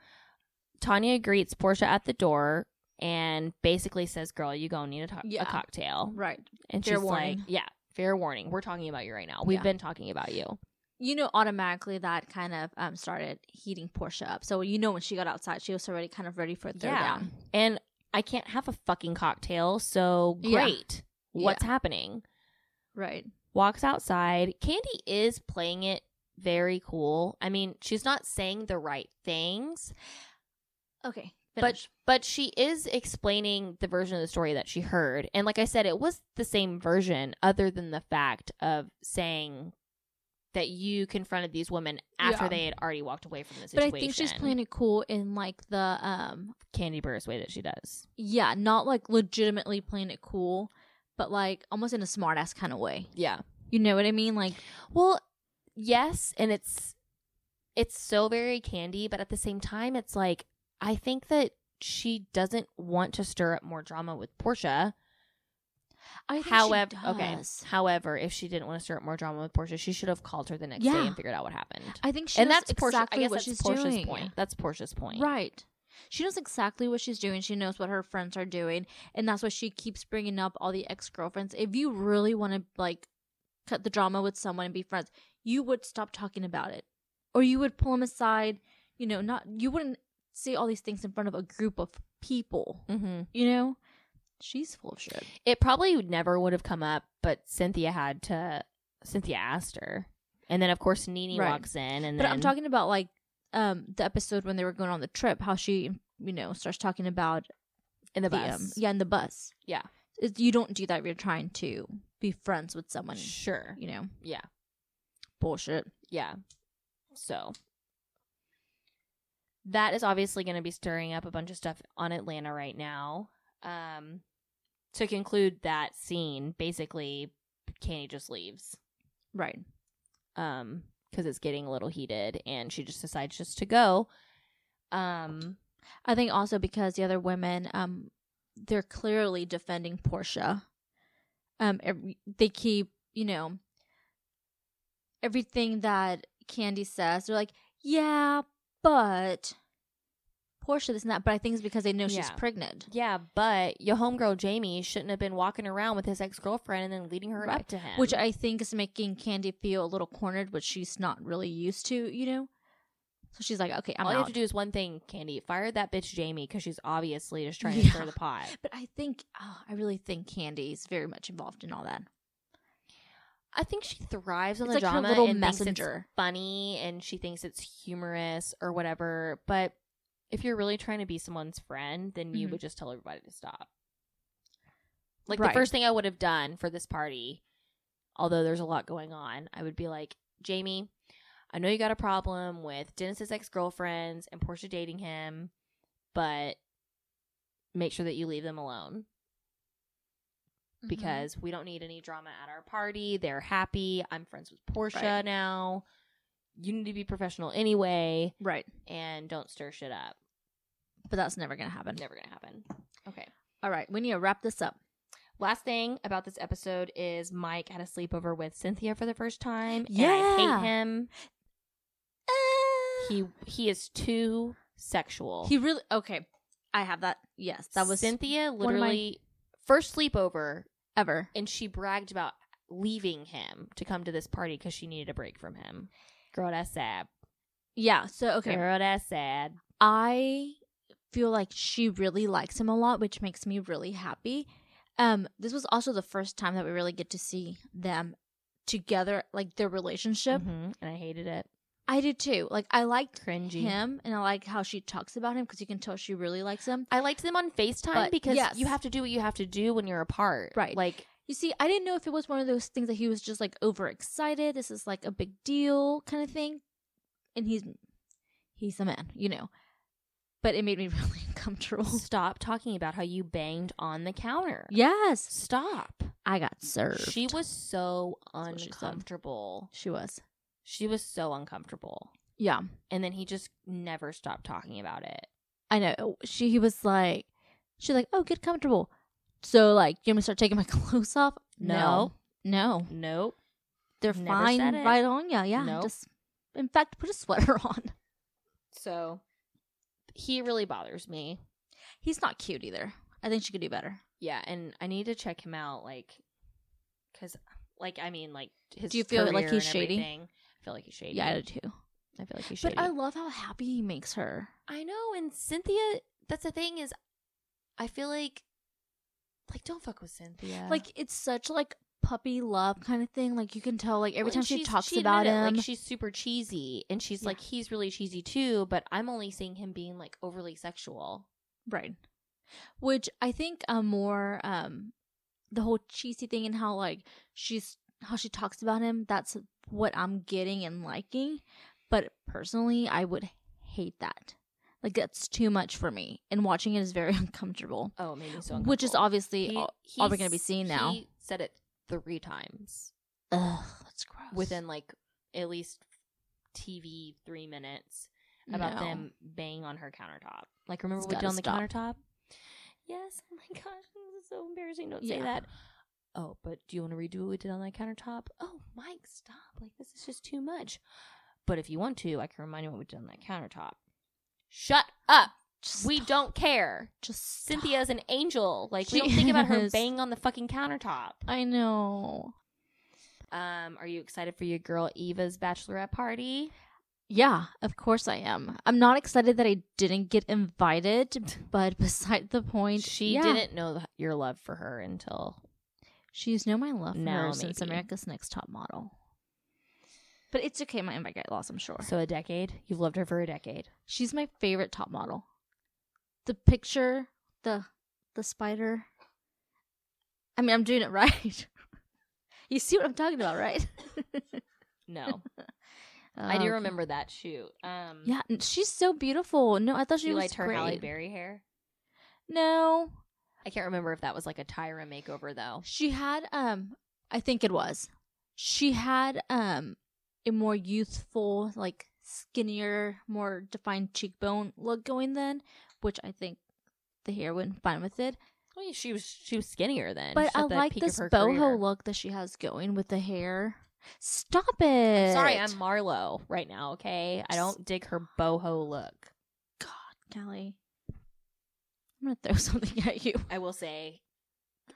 S2: Tanya greets Portia at the door and basically says, "Girl, you gonna need a, to- a
S3: Yeah.
S2: cocktail."
S3: Right.
S2: And
S3: Fair
S2: she's like,
S3: warning.
S2: yeah, fair warning. We're talking about you right now. We've
S3: Yeah.
S2: been talking about you.
S3: You know, automatically that kind of um started heating Portia up. So you know, when she got outside, she was already kind of ready for a third
S2: Yeah.
S3: down.
S2: And I can't have a fucking cocktail, so
S3: Yeah.
S2: great. What's happening?
S3: Right.
S2: Walks outside. Candy is playing it very cool. I mean, she's not saying the right things,
S3: Okay.
S2: but but she is explaining the version of the story that she heard. And like I said, it was the same version other than the fact of saying that you confronted these women after
S3: Yeah.
S2: they had already walked away from the
S3: but I
S2: situation.
S3: think she's playing it cool in like the um
S2: Candy Burris way that she does.
S3: Yeah, not like legitimately playing it cool, but like almost in a smart ass kind of way.
S2: Yeah.
S3: You know what I mean? Like
S2: Well, yes, and it's it's so very candy, but at the same time it's like I think that she doesn't want to stir up more drama with Portia.
S3: I think she
S2: However, okay.
S3: does.
S2: However, if she didn't want to stir up more drama with Portia, she should have called her the next
S3: Yeah.
S2: day and figured out what happened.
S3: I think she
S2: and
S3: knows
S2: that's Portia.
S3: exactly
S2: I guess
S3: what
S2: that's
S3: she's
S2: Portia's
S3: doing.
S2: point. That's Portia's point.
S3: Right. She knows exactly what she's doing. She knows what her friends are doing, and that's why she keeps bringing up all the ex girlfriends. If you really want to like cut the drama with someone and be friends, you would stop talking about it, or you would pull them aside. You know, not you wouldn't say all these things in front of a group of people.
S2: Mm-hmm.
S3: You know, she's full of shit.
S2: It probably would never would have come up, but Cynthia had to. Cynthia asked her, and then of course Nene
S3: Right.
S2: walks in, and
S3: But
S2: then
S3: I'm talking about like um the episode when they were going on the trip, how she you know starts talking about
S2: in the
S3: the,
S2: bus.
S3: um, yeah, in the bus.
S2: Yeah.
S3: It's- you don't do that if you're trying to be friends with someone.
S2: sure,
S3: You know,
S2: yeah,
S3: bullshit.
S2: yeah. So that is obviously going to be stirring up a bunch of stuff on Atlanta right now. Um, to conclude that scene, basically, Candy just leaves.
S3: Right.
S2: Um, because it's getting a little heated, and she just decides just to go. Um,
S3: I think also because the other women, um, they're clearly defending Portia. Um, every, they keep, you know, everything that Candy says. They're like, yeah, but Portia this and that. But I think it's because they know she's
S2: Yeah.
S3: pregnant.
S2: Yeah, but your homegirl Jamie shouldn't have been walking around with his ex girlfriend and then leading her
S3: Right.
S2: up to him.
S3: which I think is making Candy feel a little cornered, which she's not really used to, you know. So she's like, "Okay, I'm
S2: all you
S3: out."
S2: have to do is one thing, Candy. Fire that bitch Jamie because she's obviously just trying to
S3: Yeah.
S2: stir the pot.
S3: but I think, oh, I really think Candy is very much involved in all that.
S2: I think she thrives on
S3: It's
S2: the
S3: like her
S2: drama
S3: little
S2: and thinks
S3: messenger.
S2: it's funny and she thinks it's humorous or whatever. But if you're really trying to be someone's friend, then you
S3: Mhm.
S2: would just tell everybody to stop. Like
S3: Right.
S2: the first thing I would have done for this party, although there's a lot going on, I would be like, Jamie, I know you got a problem with Dennis's ex girlfriends and Portia dating him, but make sure that you leave them alone
S3: Mm-hmm.
S2: because we don't need any drama at our party. They're happy. I'm friends with Portia
S3: Right.
S2: now. You need to be professional anyway
S3: right,
S2: and don't stir shit up.
S3: but that's never gonna happen.
S2: Never going to happen. Okay.
S3: All right, we need to wrap this up.
S2: Last thing about this episode is Mike had a sleepover with Cynthia for the first time. And I
S3: Yeah.
S2: hate him.
S3: he
S2: He he is too sexual.
S3: Eh. he really okay. I have that. Yes, that was
S2: Cynthia
S3: of my-
S2: literally first sleepover
S3: ever.
S2: and she bragged about leaving him to come to this party because she needed a break from him. Girl, that's sad.
S3: Yeah. So okay,
S2: Girl, that's sad.
S3: I feel like she really likes him a lot, which makes me really happy. Um, this was also the first time that we really get to see them together, like their relationship.
S2: Mhm, And I hated it.
S3: I did too. Like I liked
S2: Cringy.
S3: him, and I like how she talks about him because you can tell she really likes him.
S2: I liked them on FaceTime
S3: But-
S2: because
S3: yes.
S2: you have to do what you have to do when you're apart.
S3: Right. *clears throat*
S2: Like,
S3: You see, I didn't know if it was one of those things that he was just like overexcited. This is like a big deal kind of thing, and he's he's a man, you know. But it made me *laughs* really uncomfortable.
S2: stop talking about how you banged on the counter.
S3: Yes,
S2: Stop.
S3: I got served.
S2: She was so
S3: what she said.
S2: uncomfortable.
S3: She was.
S2: She was so uncomfortable.
S3: Yeah,
S2: And then he just never stopped talking about it.
S3: I know. She he was like, she's like, oh, get comfortable. So like, you want me to start taking my *laughs* clothes off?
S2: No.
S3: no,
S2: Nope.
S3: they're
S2: Never
S3: fine
S2: said it.
S3: right on you. Yeah,
S2: Nope.
S3: just in fact, put a sweater *laughs* on.
S2: So he really bothers me.
S3: He's not cute either. I think she could do better.
S2: Yeah, and I need to check him out, like, because, like, I mean, like, his.
S3: Do you feel like
S2: career
S3: he's
S2: and
S3: shady?
S2: everything. I feel like he's shady.
S3: Yeah, I do too.
S2: I feel like he's shady.
S3: But I love how happy he makes her.
S2: I know, and Cynthia. That's the thing is, I feel like, like, don't fuck with Cynthia.
S3: Like it's such like puppy love kind of thing. Like you can tell like every
S2: Well,
S3: time
S2: and
S3: she
S2: she's-
S3: talks
S2: she admitted
S3: about
S2: it,
S3: him.
S2: like she's super cheesy, and she's
S3: Yeah.
S2: like, he's really cheesy too. But I'm only seeing him being like overly sexual.
S3: Right. Which I think uh, more um the whole cheesy thing and how like she's how she talks about him, that's what I'm getting and liking. But personally, I would hate that. Like that's too much for me. And watching it is very *laughs* uncomfortable.
S2: Oh, maybe so.
S3: Which is
S2: uncomfortable.
S3: obviously
S2: He-
S3: all, all we're going to be
S2: he's-
S3: seeing now.
S2: He said it three times.
S3: Ugh, that's gross.
S2: within like at least TV three minutes about
S3: No.
S2: them banging on her countertop. Like, remember
S3: It's
S2: what we did
S3: gotta
S2: on the
S3: stop.
S2: countertop? Yes. Oh my gosh, this is so embarrassing. Don't say
S3: Yeah.
S2: that. Oh, but do you want to redo what we did on that countertop? Oh, Mike, stop. Like, this is just too much. But if you want to, I can remind you what we did on that countertop. Shut up.
S3: Just
S2: We
S3: stop.
S2: don't care.
S3: Just stop.
S2: Cynthia's an angel. Like, we
S3: She
S2: don't think about her
S3: is.
S2: banging on the fucking countertop.
S3: I know.
S2: Um, are you excited for your girl Eva's bachelorette party?
S3: Yeah, of course I am. I'm not excited that I didn't get invited, but beside the point,
S2: She
S3: yeah,
S2: didn't know th- your love for her until
S3: She's known my love for
S2: No,
S3: her since
S2: maybe.
S3: America's Next Top Model. But it's okay. My invite got lost. I'm sure.
S2: so a decade. You've loved her for a decade.
S3: She's my favorite top model. The picture, the the spider. I mean, I'm doing it *laughs* right. you see what I'm talking about, right?
S2: *laughs* No, I
S3: Okay.
S2: do remember that shoot. Um,
S3: Yeah, n- she's so beautiful. No, I thought she
S2: you
S3: was
S2: liked her
S3: great.
S2: Halle Berry hair.
S3: No,
S2: I can't remember if that was like a Tyra makeover though.
S3: she had um, I think it was. She had um, a more youthful, like skinnier, more defined cheekbone look going then, which I think the hair went fine with it.
S2: Well, yeah, she was she was skinnier then.
S3: But
S2: She's at
S3: I
S2: the
S3: like
S2: peak of
S3: this
S2: her
S3: boho
S2: career.
S3: look that she has going with the hair. Stop it.
S2: Sorry, I'm Marlo right now. Okay, I don't dig her boho look.
S3: God, Kelly. I'm gonna throw *laughs* something at you.
S2: I will say,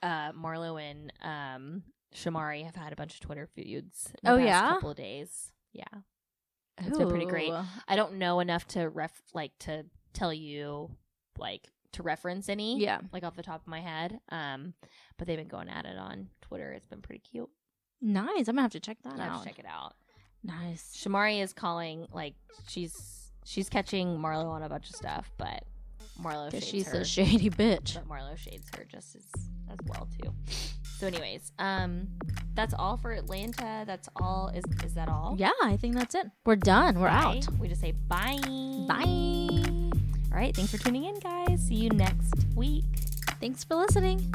S2: uh, Marlo and um, Shamari have had a bunch of Twitter feuds. In the
S3: Oh,
S2: past
S3: yeah?
S2: couple of days. Yeah, it's been pretty great.
S3: Ooh.
S2: I don't know enough to ref like to tell you like to reference any.
S3: Yeah.
S2: Like off the top of my head. Um, but they've been going at it on Twitter. It's been pretty cute.
S3: Nice. I'm gonna have to check
S2: I
S3: that
S2: have
S3: out.
S2: to check it out.
S3: Nice.
S2: Shamari is calling like she's she's catching Marlo on a bunch of stuff, but Marlo
S3: Because
S2: shades
S3: she's
S2: her.
S3: a shady bitch.
S2: but Marlo shades her just as as well too. So anyways, um that's all for Atlanta. That's all is is that all?
S3: Yeah, I think that's it. We're done. We're
S2: Bye.
S3: out.
S2: We just say bye.
S3: Bye.
S2: All right. Thanks for tuning in, guys. See you next week.
S3: Thanks for listening.